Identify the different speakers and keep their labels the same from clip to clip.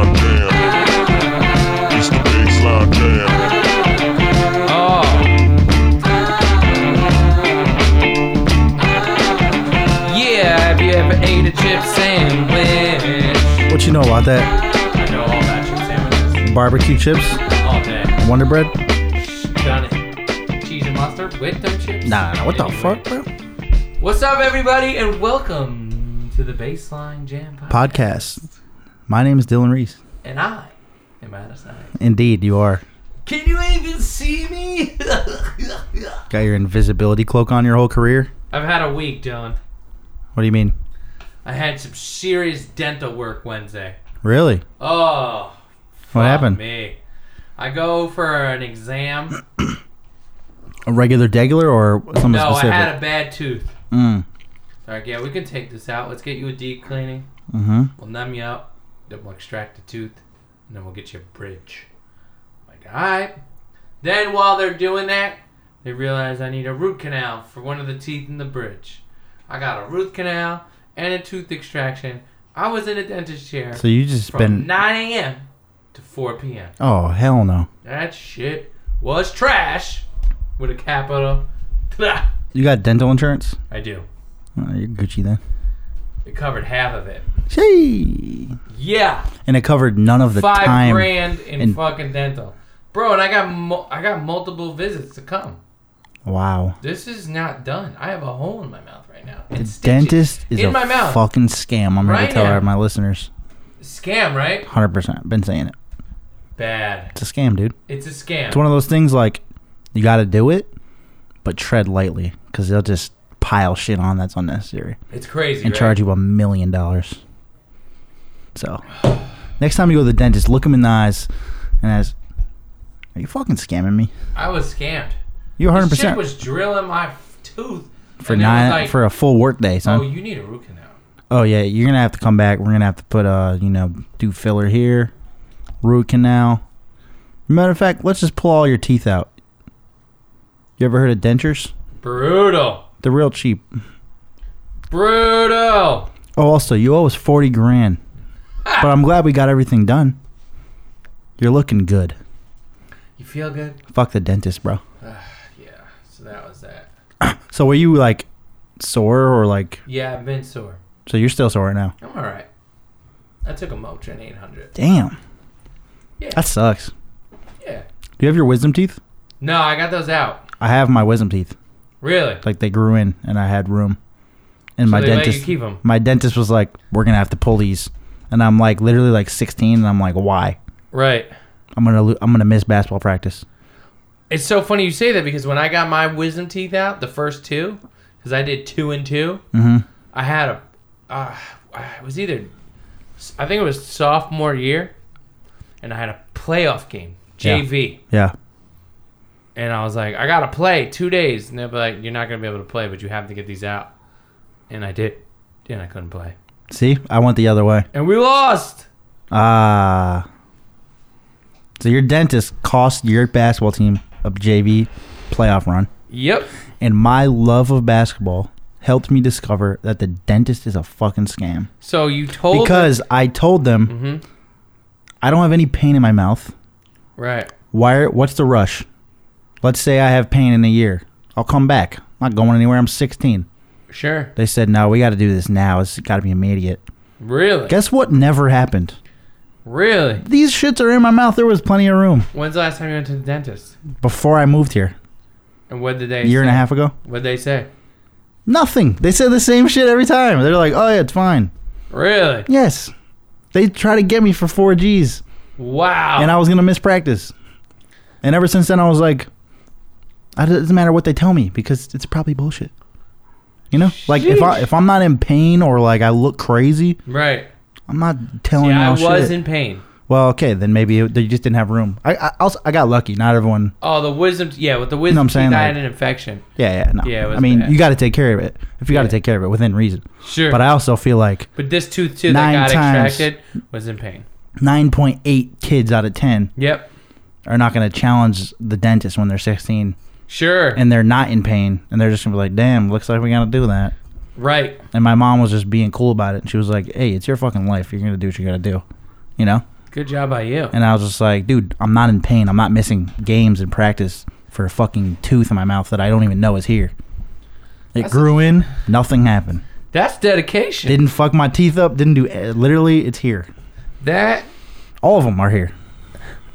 Speaker 1: Oh.
Speaker 2: you know about that?
Speaker 1: I know all that chicken sandwiches.
Speaker 2: Barbecue chips,
Speaker 1: All day.
Speaker 2: Wonder Bread.
Speaker 1: Done it. Cheese and mustard with them chips.
Speaker 2: Nah, nah, what the
Speaker 1: Anyway.
Speaker 2: fuck, bro?
Speaker 1: What's up, everybody, and welcome to the Baseline Jam Podcast.
Speaker 2: Podcast. My name is Dylan Reese.
Speaker 1: and I am Madison. Ivey.
Speaker 2: Indeed, you are.
Speaker 1: Can you even see me?
Speaker 2: Got your invisibility cloak on your whole career.
Speaker 1: I've had a week, Dylan.
Speaker 2: What do you mean?
Speaker 1: I had some serious dental work Wednesday.
Speaker 2: Really?
Speaker 1: Oh,
Speaker 2: What
Speaker 1: fuck
Speaker 2: happened?
Speaker 1: Me, I go for an exam.
Speaker 2: A regular degular or something
Speaker 1: No, I
Speaker 2: specific?
Speaker 1: had a bad tooth.
Speaker 2: Mm.
Speaker 1: All right, yeah, we can take this out. Let's get you a deep cleaning.
Speaker 2: Mm-hmm.
Speaker 1: We'll numb you up. Then we'll extract the tooth. And then we'll get you a bridge. I'm like, alright. Then while they're doing that, they realize I need a root canal for one of the teeth in the bridge. I got a root canal and a tooth extraction. I was in a dentist chair
Speaker 2: So you just
Speaker 1: from
Speaker 2: been?
Speaker 1: 9 a.m. to 4 p.m.
Speaker 2: Oh hell no!
Speaker 1: That shit was trash with a capital.
Speaker 2: You got dental insurance?
Speaker 1: I do.
Speaker 2: Oh, you're Gucci then.
Speaker 1: It covered half of it.
Speaker 2: Gee.
Speaker 1: Yeah.
Speaker 2: And it covered none of the
Speaker 1: five
Speaker 2: time.
Speaker 1: grand in
Speaker 2: and-
Speaker 1: fucking dental, bro. And I got mo- I got multiple visits to come.
Speaker 2: Wow.
Speaker 1: This is not done. I have a hole in my mouth right now.
Speaker 2: The
Speaker 1: And stitches.
Speaker 2: dentist is
Speaker 1: in
Speaker 2: a
Speaker 1: my mouth.
Speaker 2: fucking scam. I'm here
Speaker 1: Right
Speaker 2: to tell
Speaker 1: now.
Speaker 2: our my listeners.
Speaker 1: scam, right?
Speaker 2: 100%. Been saying it.
Speaker 1: Bad.
Speaker 2: It's a scam, dude.
Speaker 1: It's a scam.
Speaker 2: It's one of those things like you got to do it, but tread lightly because they'll just pile shit on that's unnecessary
Speaker 1: It's crazy.
Speaker 2: and
Speaker 1: right?
Speaker 2: charge you a million dollars. So, next time you go to the dentist, look him in the eyes and ask, Are you fucking scamming me?
Speaker 1: I was scammed.
Speaker 2: You
Speaker 1: This
Speaker 2: 100%
Speaker 1: Shit was drilling my f- tooth
Speaker 2: for
Speaker 1: and it was
Speaker 2: nine
Speaker 1: like,
Speaker 2: for a full work day, son.
Speaker 1: Oh, you need a root canal.
Speaker 2: Oh yeah, you're gonna have to come back. We're gonna have to put uh, you know, do filler here, root canal. Matter of fact, let's just pull all your teeth out. You ever heard of dentures?
Speaker 1: Brutal.
Speaker 2: They're real cheap.
Speaker 1: Brutal.
Speaker 2: Oh, also, you owe us forty grand, but I'm glad we got everything done. You're looking good.
Speaker 1: You feel good?
Speaker 2: Fuck the dentist, bro.
Speaker 1: Yeah. So that was that.
Speaker 2: So were you like sore or like?
Speaker 1: Yeah, I've been sore.
Speaker 2: So you're still sore right now?
Speaker 1: I'm all right. I took a Motrin 800.
Speaker 2: Damn.
Speaker 1: Yeah.
Speaker 2: That sucks.
Speaker 1: Yeah.
Speaker 2: Do you have your wisdom teeth?
Speaker 1: No, I got those out.
Speaker 2: I have my wisdom teeth.
Speaker 1: Really?
Speaker 2: Like they grew in, and I had room. And my
Speaker 1: so they
Speaker 2: dentist.
Speaker 1: let you keep them.
Speaker 2: my dentist was like, "We're gonna have to pull these," and I'm like, literally like 16, and I'm like, "Why?
Speaker 1: Right.
Speaker 2: I'm gonna lo- I'm gonna miss basketball practice."
Speaker 1: It's so funny you say that because when I got my wisdom teeth out, the first two, because I did two and 2
Speaker 2: Mhm.
Speaker 1: I had a, uh, I was either, I think it was sophomore year, and I had a playoff game,
Speaker 2: Yeah.
Speaker 1: JV,
Speaker 2: Yeah,
Speaker 1: and I was like, I gotta play two days, and they're like, you're not gonna be able to play, but you have to get these out, and I did, and I couldn't play,
Speaker 2: see, I went the other way.
Speaker 1: and we lost.
Speaker 2: Ah, so your dentist cost your basketball team a JV playoff run,
Speaker 1: Yep.
Speaker 2: and my love of basketball helped me discover that the dentist is a fucking scam
Speaker 1: So you told
Speaker 2: because I told them
Speaker 1: hmm
Speaker 2: I don't have any pain in my mouth.
Speaker 1: right.
Speaker 2: Why? What's the rush? Let's say I have pain in a year. I'll come back. I'm not going anywhere. I'm 16.
Speaker 1: Sure.
Speaker 2: They said, "No, we got to do this now. It's got to be immediate."
Speaker 1: Really.
Speaker 2: Guess what? Never happened.
Speaker 1: Really.
Speaker 2: These shits are in my mouth. There was plenty of room
Speaker 1: When's the last time you went to the dentist?
Speaker 2: before I moved here,
Speaker 1: And what did they
Speaker 2: a year and a
Speaker 1: say?
Speaker 2: half ago.
Speaker 1: What they say?
Speaker 2: Nothing. They said the same shit every time. They're like, "Oh yeah, it's fine."
Speaker 1: Really?
Speaker 2: Yes. They try to get me for four Gs,
Speaker 1: Wow.
Speaker 2: and I was gonna miss practice. And ever since then, I was like, "I- "It doesn't matter what they tell me because it's probably bullshit." You know, like if I
Speaker 1: Sheesh.
Speaker 2: if I'm not in pain or like I look crazy,
Speaker 1: right.
Speaker 2: I'm not telling
Speaker 1: Yeah, I
Speaker 2: y'all shit.
Speaker 1: was in pain.
Speaker 2: Well, okay, then maybe it, they just didn't have room. I, I also I got lucky. Not everyone.
Speaker 1: Oh, the wisdom. Yeah, with the wisdom
Speaker 2: I'm saying,
Speaker 1: teeth, I
Speaker 2: like-
Speaker 1: had an infection.
Speaker 2: Yeah, yeah, no.
Speaker 1: Yeah, it was
Speaker 2: I mean,
Speaker 1: bad.
Speaker 2: you got to take care of it. If you got to
Speaker 1: Yeah.
Speaker 2: take care of it within reason.
Speaker 1: Sure.
Speaker 2: But
Speaker 1: But,
Speaker 2: I also feel like
Speaker 1: this tooth too
Speaker 2: Nine
Speaker 1: that got
Speaker 2: times.
Speaker 1: extracted was in pain.
Speaker 2: 9.8 kids out of 10
Speaker 1: Yep.
Speaker 2: are not going to challenge the dentist when they're 16
Speaker 1: Sure.
Speaker 2: and they're not in pain and they're just going to be like, "Damn, looks like we got to do that."
Speaker 1: right.
Speaker 2: And my mom was just being cool about it. And she was like, "Hey, it's your fucking life. You're going to do what you got to do." You know?
Speaker 1: Good job by you.
Speaker 2: And I was just like, "Dude, I'm not in pain. I'm not missing games and practice for a fucking tooth in my mouth that I don't even know is here." It
Speaker 1: That's-
Speaker 2: grew in, nothing happened.
Speaker 1: That's dedication.
Speaker 2: Didn't fuck my teeth up. Didn't do. eh, Literally, it's here.
Speaker 1: That
Speaker 2: All of them are here.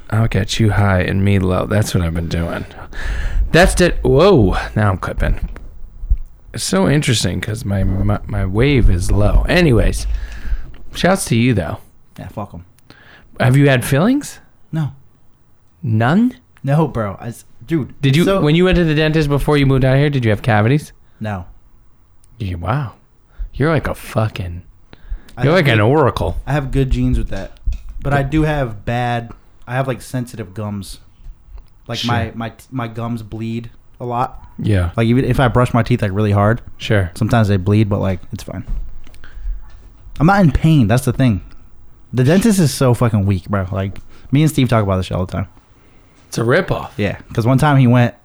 Speaker 1: I'll get you high and me low. That's what I've been doing. That's it. Whoa! Now I'm clipping. It's so interesting because my, my my wave is low. Anyways, shouts to you though.
Speaker 2: Yeah, fuck them.
Speaker 1: Have you had feelings?
Speaker 2: No,
Speaker 1: None.
Speaker 2: no, bro. I s dude,
Speaker 1: Did you
Speaker 2: so-
Speaker 1: when you went to the dentist before you moved out here? Did you have cavities?
Speaker 2: no,
Speaker 1: You, wow, you're like a fucking.
Speaker 2: I
Speaker 1: You're like
Speaker 2: think-
Speaker 1: an oracle.
Speaker 2: I have good genes with that, but I do have bad. I have like sensitive gums. Like my
Speaker 1: Sure.
Speaker 2: my my gums bleed a lot.
Speaker 1: Yeah,
Speaker 2: Like even if I brush my teeth like really hard,
Speaker 1: sure.
Speaker 2: sometimes they bleed, but like it's fine. I'm not in pain. That's the thing. The dentist is so fucking weak, bro. Like me and Steve talk about this shit all the time.
Speaker 1: It's a ripoff.
Speaker 2: Yeah, because one time he went.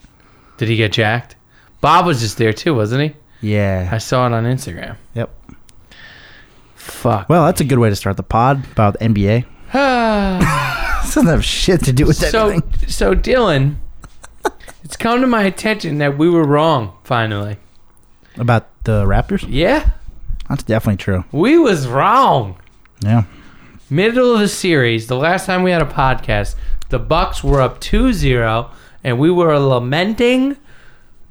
Speaker 1: Did he get jacked? Bob was just there too, wasn't he? I
Speaker 2: Yeah.
Speaker 1: saw it on Instagram.
Speaker 2: Yep.
Speaker 1: Fuck.
Speaker 2: Well, that's a good way to start the pod about NBA.
Speaker 1: Ah.
Speaker 2: This doesn't have shit to do with
Speaker 1: so,
Speaker 2: anything.
Speaker 1: so Dylan, it's come to my attention that we were wrong. Finally,
Speaker 2: About the Raptors?
Speaker 1: yeah,
Speaker 2: That's definitely true.
Speaker 1: we was wrong.
Speaker 2: Yeah.
Speaker 1: Middle of the series, the last time we had a podcast, the Bucks were up 2-0, and we were lamenting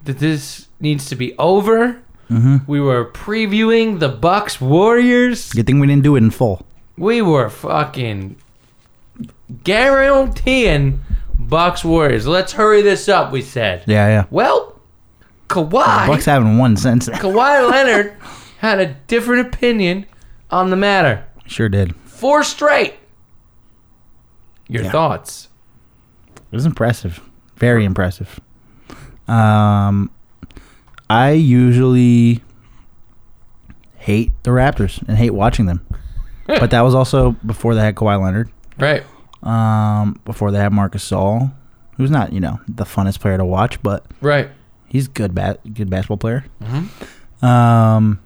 Speaker 1: that this needs to be over.
Speaker 2: Mm-hmm.
Speaker 1: We were previewing the Bucks Warriors.
Speaker 2: Good thing we didn't do it in full.
Speaker 1: We were fucking guaranteeing Bucks Warriors. Let's hurry this up, we said.
Speaker 2: Yeah, yeah.
Speaker 1: Well, Kawhi
Speaker 2: Bucks haven't won since. then.
Speaker 1: Kawhi Leonard had a different opinion on the matter.
Speaker 2: Sure did.
Speaker 1: Four straight. Your
Speaker 2: Yeah.
Speaker 1: thoughts?
Speaker 2: It was impressive. Very impressive. Um, I usually hate the Raptors and hate watching them. but that was also before they had Kawhi Leonard.
Speaker 1: Right.
Speaker 2: Um, before they had Marcus Saul, who's not, you know, the funnest player to watch, but
Speaker 1: Right.
Speaker 2: he's good bat good basketball player.
Speaker 1: Mhm.
Speaker 2: Um,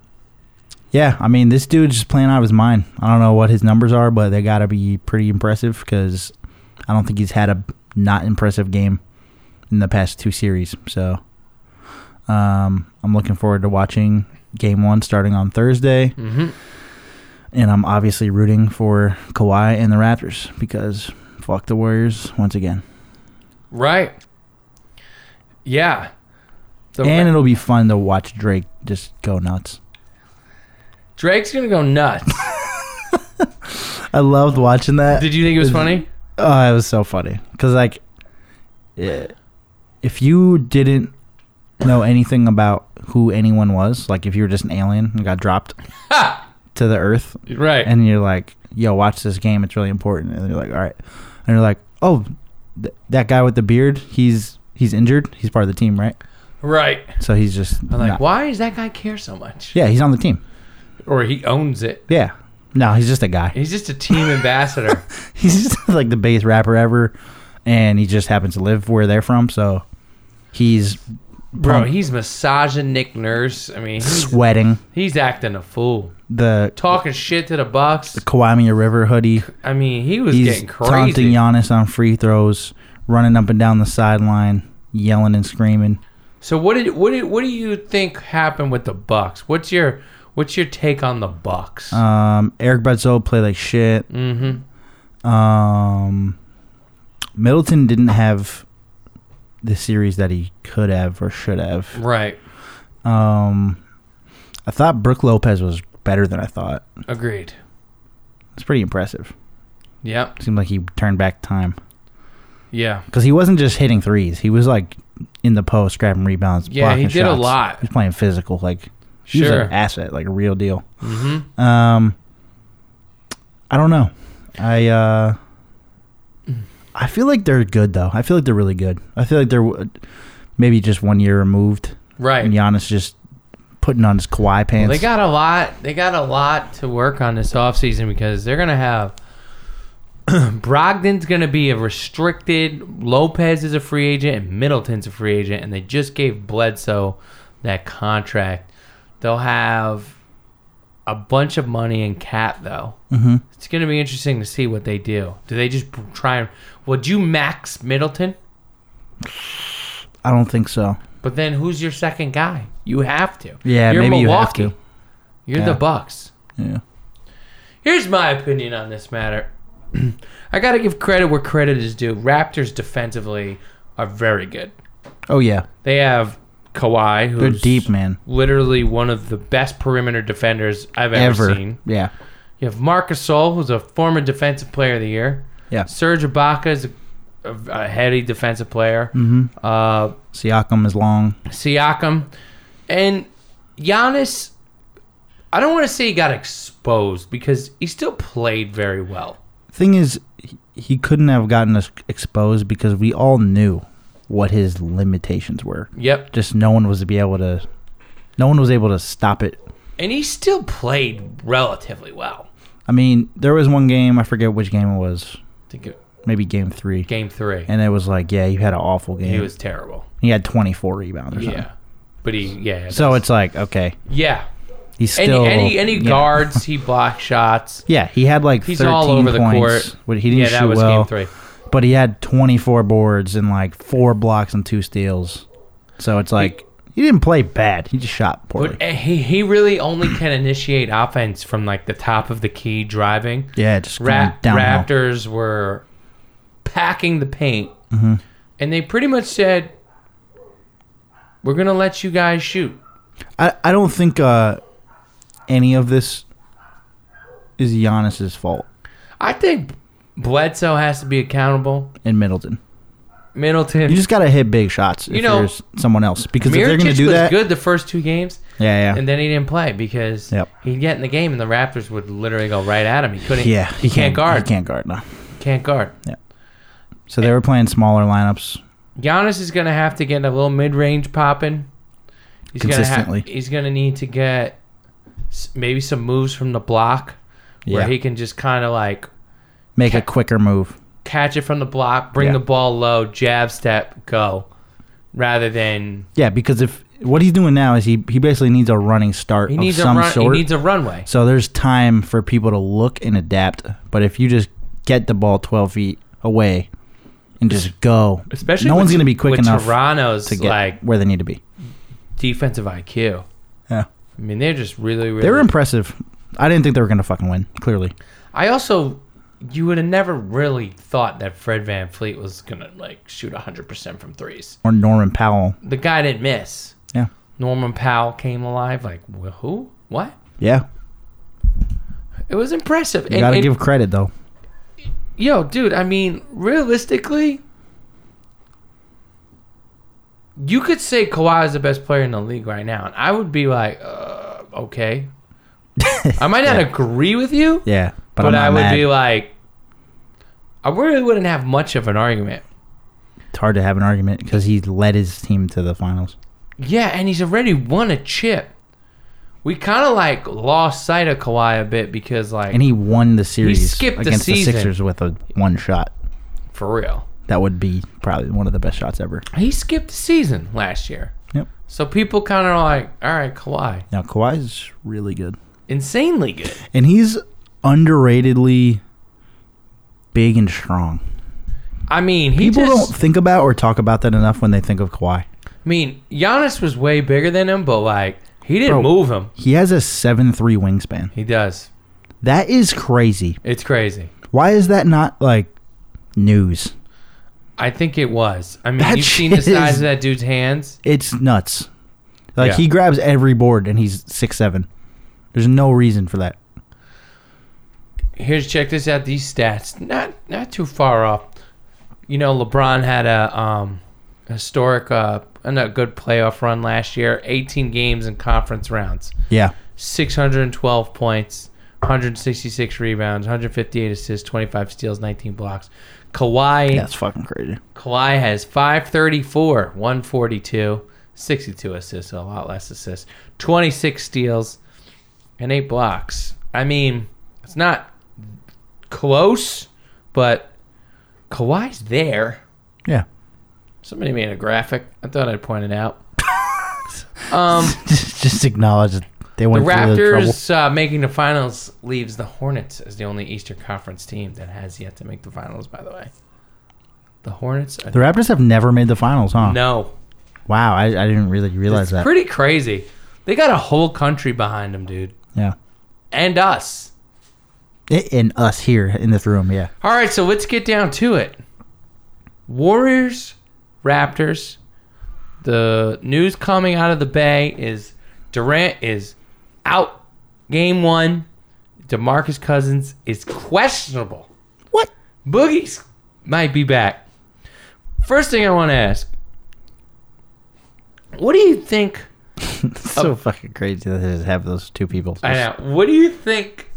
Speaker 2: yeah, I mean this dude's just playing out of his mind. I don't know what his numbers are, but they got to be pretty impressive because I don't think he's had a not impressive game in the past two series. So um, I'm looking forward to watching game one starting on Thursday,
Speaker 1: Mm-hmm.
Speaker 2: and I'm obviously rooting for Kawhi and the Raptors because fuck the Warriors once again.
Speaker 1: Right. Yeah. The
Speaker 2: and it'll be fun to watch Drake just go nuts.
Speaker 1: Drake's gonna go nuts.
Speaker 2: I loved watching that.
Speaker 1: Did you think it was funny?
Speaker 2: Oh, it was so funny because like, eh, if you didn't know anything about who anyone was, like if you were just an alien and got dropped
Speaker 1: Ha!
Speaker 2: to the Earth,
Speaker 1: Right.
Speaker 2: and you're like, "Yo, watch this game; it's really important," and you're like, "All right," and you're like, "Oh, th- that guy with the beard, he's he's injured. He's part of the team, right?
Speaker 1: right.
Speaker 2: So he's just
Speaker 1: I'm like,
Speaker 2: not-
Speaker 1: why does that guy care so much?
Speaker 2: yeah, he's on the team.
Speaker 1: Or he owns it.
Speaker 2: Yeah, no, he's just a guy.
Speaker 1: He's just a team ambassador.
Speaker 2: he's just like the biggest rapper ever, and he just happens to live where they're from, so he's
Speaker 1: Bro,
Speaker 2: Punk.
Speaker 1: he's massaging Nick Nurse. I mean, he's,
Speaker 2: sweating
Speaker 1: he's acting a fool.
Speaker 2: the
Speaker 1: Talking shit to the Bucks.
Speaker 2: Kiwami River hoodie.
Speaker 1: I mean, he was
Speaker 2: He's
Speaker 1: getting
Speaker 2: taunting
Speaker 1: crazy.
Speaker 2: Giannis on free throws, running up and down the sideline, yelling and screaming.
Speaker 1: So what did what did, what do you think happened with the Bucks? What's your what's your take on the Bucks?
Speaker 2: Um, Eric Bledsoe played like shit.
Speaker 1: mm-hmm.
Speaker 2: Um, Middleton didn't have the series that he could have or should have.
Speaker 1: Right.
Speaker 2: Um, I thought Brooke Lopez was better than I thought.
Speaker 1: Agreed.
Speaker 2: It's pretty impressive.
Speaker 1: Yep.
Speaker 2: Seemed like he turned back time
Speaker 1: Yeah.
Speaker 2: because he wasn't just hitting threes. He was like in the post, grabbing rebounds.
Speaker 1: Yeah. He
Speaker 2: blocking
Speaker 1: did a
Speaker 2: shots.
Speaker 1: lot.
Speaker 2: He's playing physical, like he was
Speaker 1: Sure.
Speaker 2: an asset, like a real deal.
Speaker 1: mm-hmm.
Speaker 2: Um, I don't know. I uh, I feel like they're good though. I feel like they're really good. I feel like they're w- maybe just one year removed,
Speaker 1: Right.
Speaker 2: and Giannis just putting on his Kawhi pants.
Speaker 1: Well, they got a lot. They got a lot to work on this offseason because they're gonna have Brogdon's gonna be a restricted. Lopez is a free agent, and Middleton's a free agent, and they just gave Bledsoe that contract. They'll have a bunch of money in cap though.
Speaker 2: hmm
Speaker 1: It's gonna be interesting to see what they do. Do they just try and? Would you max Middleton?
Speaker 2: I don't think so.
Speaker 1: But then who's your second guy? You have to.
Speaker 2: Yeah,
Speaker 1: You're
Speaker 2: maybe you have
Speaker 1: Milwaukee.
Speaker 2: to.
Speaker 1: You're
Speaker 2: Yeah.
Speaker 1: the Bucks.
Speaker 2: Yeah,
Speaker 1: Here's my opinion on this matter. I got to give credit where credit is due. Raptors defensively are very good.
Speaker 2: Oh yeah,
Speaker 1: They have Kawhi, who's
Speaker 2: they're deep, man.
Speaker 1: literally one of the best perimeter defenders I've ever,
Speaker 2: Ever,
Speaker 1: seen.
Speaker 2: yeah,
Speaker 1: You have Marcus Sol, who's a former defensive player of the year.
Speaker 2: Yeah.
Speaker 1: Serge Ibaka is a, a, a heady defensive player.
Speaker 2: Mhm.
Speaker 1: Uh,
Speaker 2: Siakam is long.
Speaker 1: Siakam. And Giannis, I don't want to say he got exposed because he still played very well.
Speaker 2: Thing is, he- he couldn't have gotten us exposed because we all knew what his limitations were.
Speaker 1: Yep.
Speaker 2: Just no one was to be able to, no one was able to stop it.
Speaker 1: And he still played relatively well.
Speaker 2: I mean, there was one game I forget which game it was,
Speaker 1: I think it,
Speaker 2: maybe game three,
Speaker 1: game three.
Speaker 2: and it was like, yeah, you had an awful game.
Speaker 1: He was terrible.
Speaker 2: He had 24 rebounds or something.
Speaker 1: Yeah. But he, yeah.
Speaker 2: So it's like, okay,
Speaker 1: yeah.
Speaker 2: he's
Speaker 1: Any,
Speaker 2: still
Speaker 1: any, any
Speaker 2: yeah.
Speaker 1: guards, he blocked shots.
Speaker 2: Yeah, he had like
Speaker 1: He's
Speaker 2: 13
Speaker 1: all over the
Speaker 2: points,
Speaker 1: court.
Speaker 2: but he didn't
Speaker 1: yeah,
Speaker 2: shoot
Speaker 1: that was
Speaker 2: well.
Speaker 1: game three.
Speaker 2: But he had 24 boards and like four blocks and two steals. So it's like he didn't play bad. He just shot poorly.
Speaker 1: But eh, he, he really only can initiate offense from like the top of the key driving.
Speaker 2: yeah, just
Speaker 1: Ra-
Speaker 2: going downhill.
Speaker 1: Raptors were packing the paint,
Speaker 2: Mm-hmm.
Speaker 1: and they pretty much said, "We're gonna let you guys shoot."
Speaker 2: I, I don't think uh, any of this is Giannis's fault
Speaker 1: I think Bledsoe has to be accountable.
Speaker 2: in Middleton.
Speaker 1: Middleton,
Speaker 2: You just got to hit big shots if
Speaker 1: You know,
Speaker 2: there's someone else because if they're going to
Speaker 1: Miritich
Speaker 2: do
Speaker 1: was
Speaker 2: that,
Speaker 1: good the first two games,
Speaker 2: yeah, yeah,
Speaker 1: and then he didn't play because
Speaker 2: Yep.
Speaker 1: he'd get in the game and the Raptors would literally go right at him. He couldn't.
Speaker 2: yeah.
Speaker 1: he, can't, guard.
Speaker 2: He can't guard now.
Speaker 1: can't guard.
Speaker 2: So they were playing smaller lineups.
Speaker 1: Giannis is going to have to get a little mid range popping. He's
Speaker 2: Consistently.
Speaker 1: Gonna ha- he's going to need to get s- maybe some moves from the block where
Speaker 2: Yeah.
Speaker 1: he can just kind of like
Speaker 2: Make a
Speaker 1: Ca-
Speaker 2: quicker move.
Speaker 1: catch it from the block, bring
Speaker 2: Yeah.
Speaker 1: the ball low, jab step, go. Rather than
Speaker 2: Yeah, because if what he's doing now is he he basically needs a running start
Speaker 1: he needs
Speaker 2: of
Speaker 1: a
Speaker 2: some
Speaker 1: run,
Speaker 2: sort.
Speaker 1: he needs a runway.
Speaker 2: so there's time for people to look and adapt. But if you just get the ball 12 feet away and just go,
Speaker 1: Especially
Speaker 2: no
Speaker 1: with-
Speaker 2: one's going to be quick
Speaker 1: with
Speaker 2: enough
Speaker 1: Toronto's
Speaker 2: to get
Speaker 1: like
Speaker 2: where they need to be.
Speaker 1: defensive IQ.
Speaker 2: Yeah.
Speaker 1: I mean, they're just really really.
Speaker 2: They were impressive. I didn't think they were going to fucking win. Clearly,
Speaker 1: I also you would have never really thought that Fred Van Fleet was gonna like shoot hundred percent from threes.
Speaker 2: or Norman Powell.
Speaker 1: the guy didn't miss.
Speaker 2: Yeah.
Speaker 1: Norman Powell came alive. Like wh- who? What?
Speaker 2: Yeah,
Speaker 1: It was impressive.
Speaker 2: you
Speaker 1: And-
Speaker 2: got to
Speaker 1: and-
Speaker 2: give credit though.
Speaker 1: yo, dude. I mean, realistically, you could say Kawhi is the best player in the league right now, and I would be like, uh, okay. I might not agree with you,
Speaker 2: Yeah, but,
Speaker 1: but,
Speaker 2: I'm not
Speaker 1: I would
Speaker 2: mad.
Speaker 1: be like, I really wouldn't have much of an argument.
Speaker 2: it's hard to have an argument because he led his team to the finals.
Speaker 1: Yeah, and he's already won a chip. We kind of like lost sight of Kawhi a bit because like
Speaker 2: And he won the series
Speaker 1: skipped the
Speaker 2: against the,
Speaker 1: season.
Speaker 2: Sixers with a one shot.
Speaker 1: for real,
Speaker 2: That would be probably one of the best shots ever.
Speaker 1: he skipped the season last year.
Speaker 2: Yep.
Speaker 1: So people kind of like, all right, Kawhi,
Speaker 2: Now Kawhi's really good,
Speaker 1: insanely good.
Speaker 2: and he's underratedly big and strong.
Speaker 1: I mean, he
Speaker 2: People
Speaker 1: just.
Speaker 2: don't think about or talk about that enough when they think of Kawhi.
Speaker 1: I mean, Giannis was way bigger than him, but like he didn't
Speaker 2: Bro.
Speaker 1: move him.
Speaker 2: He has a seven three wingspan.
Speaker 1: He does.
Speaker 2: That is crazy.
Speaker 1: It's crazy.
Speaker 2: Why is that not like news?
Speaker 1: I think it was. I mean,
Speaker 2: That
Speaker 1: you've seen the
Speaker 2: shit
Speaker 1: size
Speaker 2: is-
Speaker 1: of that dude's hands.
Speaker 2: It's nuts. Like
Speaker 1: Yeah.
Speaker 2: he grabs every board and he's six seven. There's no reason for that.
Speaker 1: here's check this out these stats not not too far off you know lebron had a um historic uh and a good playoff run last year 18 games in conference rounds
Speaker 2: Yeah,
Speaker 1: 612 points 166 rebounds 158 assists 25 steals 19 blocks Kawhi
Speaker 2: that's fucking crazy.
Speaker 1: Kawhi has 534 142 62 assists so a lot less assists 26 steals and 8 blocks I mean it's not close, but Kawhi's there.
Speaker 2: Yeah,
Speaker 1: Somebody made a graphic. I thought I'd point it out. um,
Speaker 2: just acknowledge that they
Speaker 1: the
Speaker 2: went through the trouble.
Speaker 1: Raptors uh, making the finals leaves the Hornets as the only Eastern Conference team that has yet to make the finals. By the way, the Hornets are
Speaker 2: The Raptors have never made the finals, huh?
Speaker 1: no.
Speaker 2: Wow, I, I didn't really realize
Speaker 1: It's
Speaker 2: that.
Speaker 1: pretty crazy. They got a whole country behind them, dude,
Speaker 2: yeah,
Speaker 1: and us.
Speaker 2: I- In us here in this room, yeah.
Speaker 1: All right, so let's get down to it. Warriors, Raptors. The news coming out of the Bay is Durant is out game one. DeMarcus Cousins is questionable.
Speaker 2: What?
Speaker 1: Boogie's might be back. First thing I want to ask what do you think?
Speaker 2: so fucking crazy that they just have those two people.
Speaker 1: Oh. I know. What do you think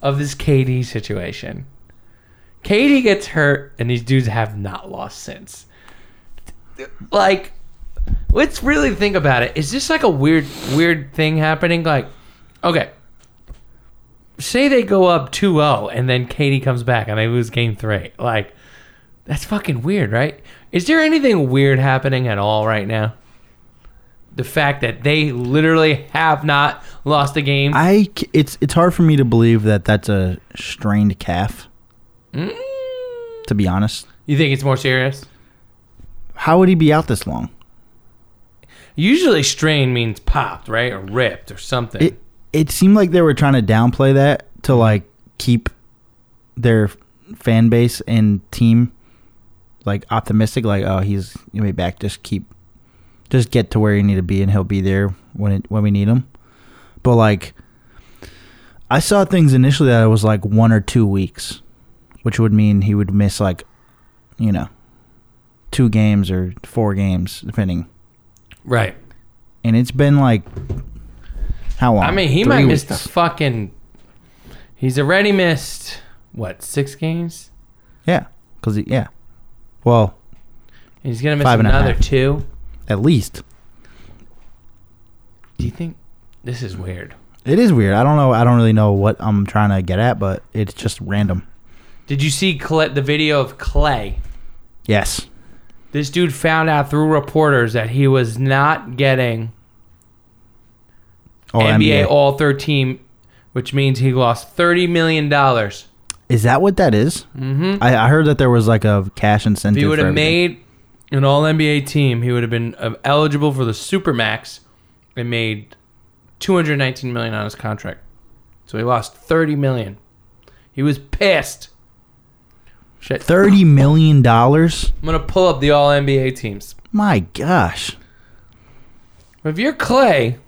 Speaker 1: of this KD situation? KD gets hurt, and these dudes have not lost since. Like, let's really think about it. Is this like a weird, weird thing happening? Like, okay, say they go up 2-0, and then KD comes back, and they lose game three. Like, that's fucking weird, right? Is there anything weird happening at all right now? The fact that they literally have not lost a game.
Speaker 2: I c- it's it's hard for me to believe that that's a strained calf.
Speaker 1: Mm.
Speaker 2: To be honest,
Speaker 1: You think it's more serious?
Speaker 2: how would he be out this long?
Speaker 1: Usually, strain means popped, right, or ripped, or something.
Speaker 2: It it seemed like they were trying to downplay that to like keep their fan base and team like optimistic. Like, oh, he's gonna be back. Just keep, just get to where you need to be, and he'll be there when it when we need him. But like, I saw things initially that it was like one or two weeks, which would mean he would miss like, you know, two games or four games depending.
Speaker 1: right.
Speaker 2: And it's been like how long?
Speaker 1: I mean, he
Speaker 2: Three
Speaker 1: might miss the
Speaker 2: weeks.
Speaker 1: fucking. He's already missed what six games?
Speaker 2: Yeah, because yeah, well,
Speaker 1: And he's gonna miss
Speaker 2: Five and a
Speaker 1: another
Speaker 2: half.
Speaker 1: two.
Speaker 2: at least
Speaker 1: Do you think this is weird?
Speaker 2: it is weird. I don't know. I don't really know what I'm trying to get at, but it's just random.
Speaker 1: Did you see Clay, the video of Clay?
Speaker 2: Yes,
Speaker 1: This dude found out through reporters that he was not getting
Speaker 2: All
Speaker 1: NBA, All 13, which means he lost thirty million dollars.
Speaker 2: is that what that is?
Speaker 1: Mm-hmm.
Speaker 2: I, I heard that there was like a cash
Speaker 1: If
Speaker 2: incentive.
Speaker 1: he would
Speaker 2: for
Speaker 1: have
Speaker 2: everything.
Speaker 1: made an All NBA team, he would have been uh, eligible for the Supermax and made 219 million on his contract. So he lost 30 million. He was pissed. Shit.
Speaker 2: thirty million dollars.
Speaker 1: I'm going to pull up the All NBA teams.
Speaker 2: My gosh,
Speaker 1: If you're Clay,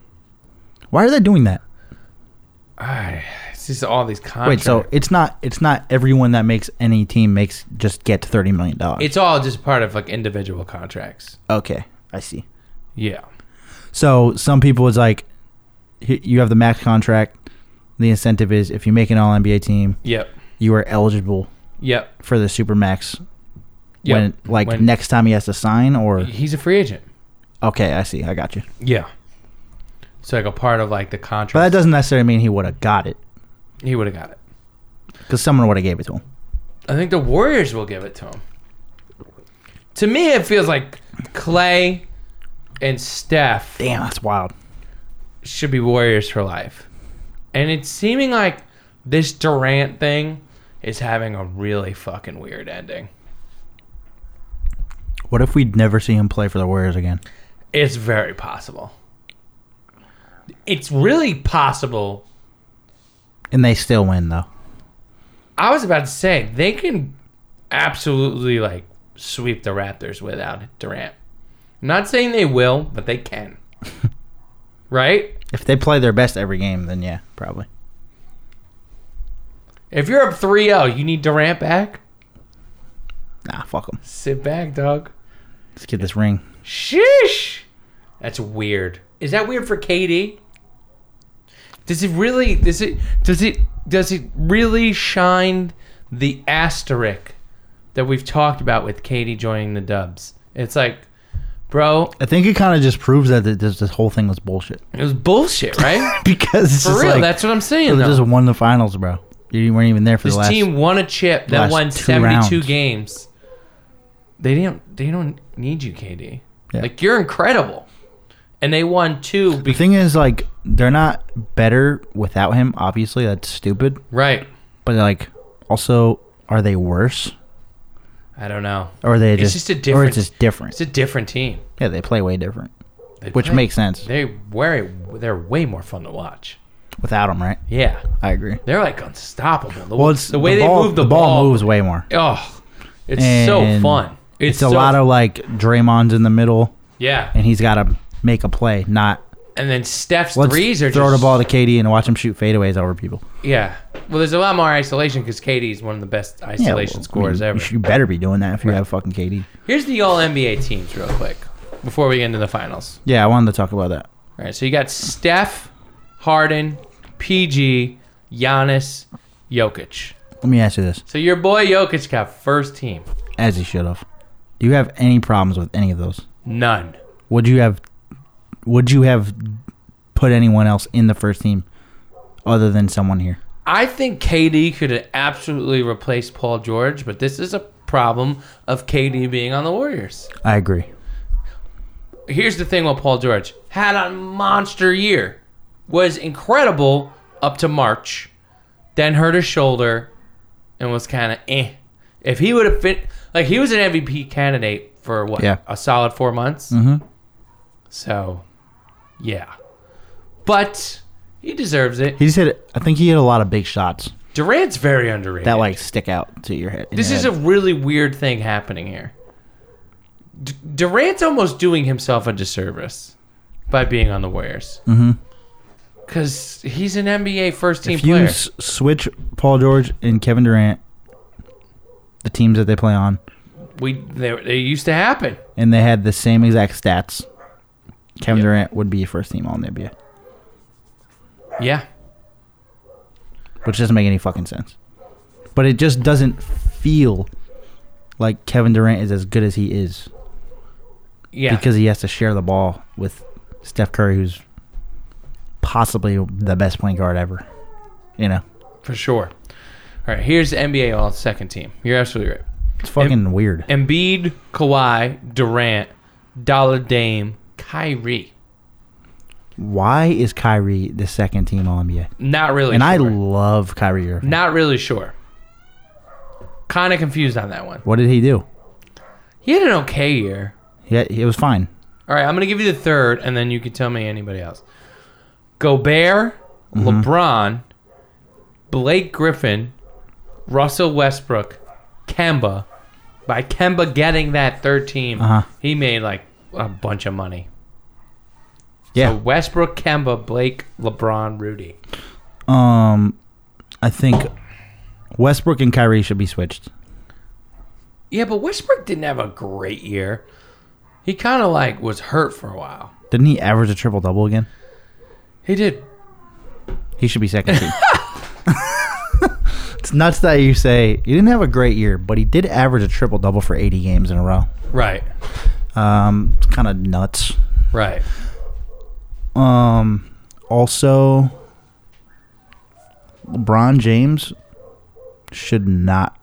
Speaker 2: why are they doing that?
Speaker 1: ah, it's just all these contracts.
Speaker 2: Wait, so it's not it's not everyone that makes any team makes just get to thirty million dollars.
Speaker 1: it's all just part of like individual contracts.
Speaker 2: Okay, I see.
Speaker 1: Yeah.
Speaker 2: So some people it's like h- you have the max contract. The incentive is if you make an All NBA team,
Speaker 1: Yep.
Speaker 2: you are eligible
Speaker 1: Yep.
Speaker 2: for the supermax
Speaker 1: Yep.
Speaker 2: when like
Speaker 1: When-
Speaker 2: next time he has to sign or
Speaker 1: He's a free agent.
Speaker 2: okay i see i got you
Speaker 1: Yeah. It's like a part of like the contract.
Speaker 2: but that doesn't necessarily mean he would have got it
Speaker 1: he would have got it.
Speaker 2: because someone would have gave it to him
Speaker 1: I think the Warriors will give it to him. To me, it feels like Clay and Steph
Speaker 2: damn that's wild
Speaker 1: should be Warriors for life. And it's seeming like this Durant thing is having a really fucking weird ending.
Speaker 2: what if we'd never see him play for the warriors again
Speaker 1: It's very possible. It's really possible.
Speaker 2: and they still win though
Speaker 1: I was about to say, they can absolutely like sweep the Raptors without Durant. not saying they will, but they can. right?
Speaker 2: if they play their best every game then yeah probably
Speaker 1: If you're up 3 0, you need Durant back?
Speaker 2: nah fuck him
Speaker 1: Sit back, dog.
Speaker 2: let's get this ring
Speaker 1: Sheesh. That's weird. Is that weird for KD? Does it really does it does it does it really shine the asterisk that we've talked about with KD joining the dubs? It's like, bro,
Speaker 2: i think it kind of just proves that th- this, this whole thing was bullshit
Speaker 1: it was bullshit, right?
Speaker 2: because it's
Speaker 1: for
Speaker 2: just
Speaker 1: real,
Speaker 2: like
Speaker 1: that's what I'm
Speaker 2: they
Speaker 1: saying though.
Speaker 2: just won the finals bro you weren't even there for
Speaker 1: This
Speaker 2: the last
Speaker 1: team won a chip that
Speaker 2: last
Speaker 1: won
Speaker 2: two
Speaker 1: 72
Speaker 2: rounds.
Speaker 1: games. They didn't they don't need you, KD.
Speaker 2: Yeah.
Speaker 1: Like you're incredible. And they won two
Speaker 2: the
Speaker 1: be-
Speaker 2: thing is like they're not better without him obviously that's stupid
Speaker 1: right.
Speaker 2: But like, also, are they worse
Speaker 1: I don't know.
Speaker 2: or are they
Speaker 1: It's
Speaker 2: just,
Speaker 1: just a
Speaker 2: or
Speaker 1: different-
Speaker 2: it's just different?
Speaker 1: It's a different team.
Speaker 2: yeah, they play way different,
Speaker 1: They
Speaker 2: which
Speaker 1: play-
Speaker 2: makes sense.
Speaker 1: they very they're way more fun to watch.
Speaker 2: without him, right?
Speaker 1: Yeah,
Speaker 2: I agree.
Speaker 1: they're like unstoppable. The,
Speaker 2: Well, it's
Speaker 1: the way they
Speaker 2: ball,
Speaker 1: move the,
Speaker 2: the ball, moves way more.
Speaker 1: Oh, it's so
Speaker 2: And
Speaker 1: fun. It's,
Speaker 2: It's, a lot of like Draymond's in the middle,
Speaker 1: yeah,
Speaker 2: and he's got to make a play, not
Speaker 1: and then Steph's
Speaker 2: let's
Speaker 1: threes are
Speaker 2: throw
Speaker 1: just,
Speaker 2: the ball to KD and watch him shoot fadeaways over people.
Speaker 1: Yeah, well, there's a lot more isolation because KD is one of the best
Speaker 2: Yeah,
Speaker 1: isolation
Speaker 2: well, I
Speaker 1: scorers
Speaker 2: mean,
Speaker 1: ever.
Speaker 2: You, should- you better be doing that if you have fucking KD.
Speaker 1: Here's the All NBA teams, real quick, before we get into the finals.
Speaker 2: Yeah, I wanted to talk about that.
Speaker 1: All right, so you got Steph, Harden, PG, Giannis, Jokic.
Speaker 2: Let me ask you this,
Speaker 1: So your boy Jokic got first team.
Speaker 2: as he should have. Do you have any problems with any of those?
Speaker 1: None.
Speaker 2: Would you have? Would you have put anyone else in the first team other than someone here?
Speaker 1: I think KD could have absolutely replaced Paul George, but this is a problem of KD being on the Warriors.
Speaker 2: I agree.
Speaker 1: Here's the thing with Paul George had a monster year, was incredible up to March, then hurt his shoulder, and was kind of eh. If he would have fit, like he was an MVP candidate for what
Speaker 2: Yeah.
Speaker 1: a solid four months.
Speaker 2: Mhm.
Speaker 1: So, yeah, but he deserves it.
Speaker 2: He just hit. I think he hit a lot of big shots
Speaker 1: Durant's very underrated.
Speaker 2: that like stick out to your head. in
Speaker 1: This
Speaker 2: your
Speaker 1: is a
Speaker 2: head.
Speaker 1: really weird thing happening here. D- Durant's almost doing himself a disservice by being on the Warriors.
Speaker 2: Mhm.
Speaker 1: Because he's an NBA first team
Speaker 2: If you
Speaker 1: player.
Speaker 2: s- switch Paul George and Kevin Durant, the teams that they play on,
Speaker 1: we they, they used to happen.
Speaker 2: and they had the same exact stats, Kevin
Speaker 1: Yeah.
Speaker 2: Durant would be first team All NBA,
Speaker 1: Yeah.
Speaker 2: which doesn't make any fucking sense. But it just doesn't feel like Kevin Durant is as good as he is
Speaker 1: Yeah.
Speaker 2: because he has to share the ball with Steph Curry, who's possibly the best point guard ever. You know,
Speaker 1: for sure. All right. Here's the NBA All second team. You're absolutely right.
Speaker 2: it's fucking weird.
Speaker 1: Embiid, Kawhi, Durant, Dollar Dame, Kyrie.
Speaker 2: Why is Kyrie the second team All NBA?
Speaker 1: Not really.
Speaker 2: And I
Speaker 1: sure.
Speaker 2: love Kyrie Irving.
Speaker 1: Not really sure. Kind of confused on that one.
Speaker 2: What did he do?
Speaker 1: He had an okay year.
Speaker 2: Yeah, it was fine.
Speaker 1: All right, I'm going to give you the third, and then you can tell me anybody else. Gobert,
Speaker 2: Mm-hmm.
Speaker 1: LeBron, Blake Griffin, Russell Westbrook, Kemba. By Kemba getting that third team,
Speaker 2: Uh-huh.
Speaker 1: he made like a bunch of money.
Speaker 2: Yeah.
Speaker 1: So Westbrook, Kemba, Blake, LeBron, Rudy.
Speaker 2: Um, I think Westbrook and Kyrie should be switched.
Speaker 1: Yeah, but Westbrook didn't have a great year. He kind of like was hurt for a while.
Speaker 2: Didn't he average a triple double again?
Speaker 1: He did.
Speaker 2: He should be second team. it's nuts that you say he didn't have a great year, but he did average a triple double for 80 games in a row.
Speaker 1: Right.
Speaker 2: Um, it's kind of nuts.
Speaker 1: Right.
Speaker 2: Um, also, LeBron James should not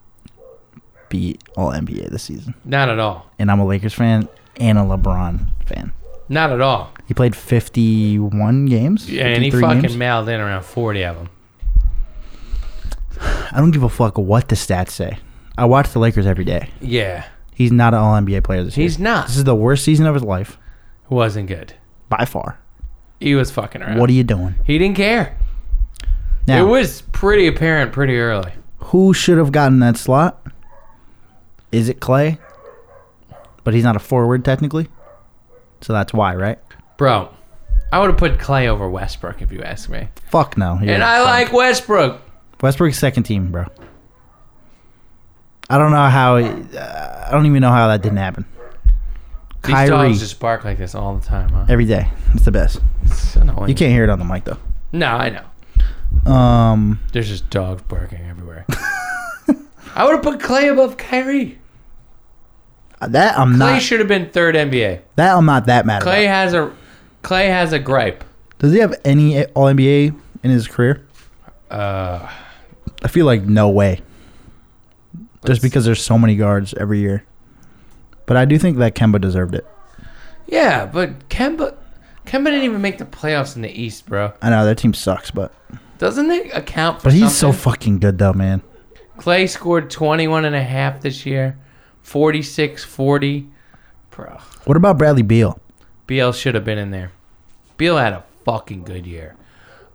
Speaker 2: be All NBA this season.
Speaker 1: Not at all.
Speaker 2: And I'm a Lakers fan and a LeBron fan.
Speaker 1: Not at all.
Speaker 2: He played 51 games.
Speaker 1: Yeah, and he
Speaker 2: 53
Speaker 1: fucking
Speaker 2: games.
Speaker 1: mailed in around 40 of them.
Speaker 2: I don't give a fuck what the stats say. I watch the Lakers every day.
Speaker 1: Yeah.
Speaker 2: He's not an All NBA player this year.
Speaker 1: He's not.
Speaker 2: This is the worst season of his life
Speaker 1: Wasn't good.
Speaker 2: by far.
Speaker 1: He was fucking around.
Speaker 2: What are you doing?
Speaker 1: he didn't care.
Speaker 2: Now,
Speaker 1: It was pretty apparent pretty early.
Speaker 2: who should have gotten that slot? Is it Clay? But he's not a forward technically, so that's why, right?
Speaker 1: Bro, I would have put Clay over Westbrook if you ask me.
Speaker 2: Fuck no. You're
Speaker 1: and
Speaker 2: a
Speaker 1: I
Speaker 2: fuck.
Speaker 1: like Westbrook.
Speaker 2: Westbrook's second team, bro. I don't know how. Uh, I don't even know how that didn't happen.
Speaker 1: These
Speaker 2: Kyrie.
Speaker 1: dogs just bark like this all the time, huh?
Speaker 2: Every day, it's the best.
Speaker 1: It's annoying.
Speaker 2: You can't hear it on the mic though.
Speaker 1: No, I know.
Speaker 2: Um,
Speaker 1: There's just dogs barking everywhere. I would have put Clay above Kyrie.
Speaker 2: that I'm
Speaker 1: Clay
Speaker 2: not.
Speaker 1: should have been third NBA.
Speaker 2: that I'm not that mad.
Speaker 1: Clay
Speaker 2: about.
Speaker 1: has a Clay has a gripe.
Speaker 2: Does he have any All NBA in his career?
Speaker 1: Uh,
Speaker 2: I feel like no way.
Speaker 1: let's-
Speaker 2: Just because there's so many guards every year. But I do think that Kemba deserved it.
Speaker 1: Yeah, but Kemba Kemba didn't even make the playoffs in the East, bro.
Speaker 2: I know their team sucks, but
Speaker 1: Doesn't it account for
Speaker 2: but he's so
Speaker 1: something?
Speaker 2: fucking good though, man.
Speaker 1: Clay scored 21 and a half this year. 46 40. Bro,
Speaker 2: What about Bradley Beal?
Speaker 1: Beal should have been in there. Beal had a fucking good year.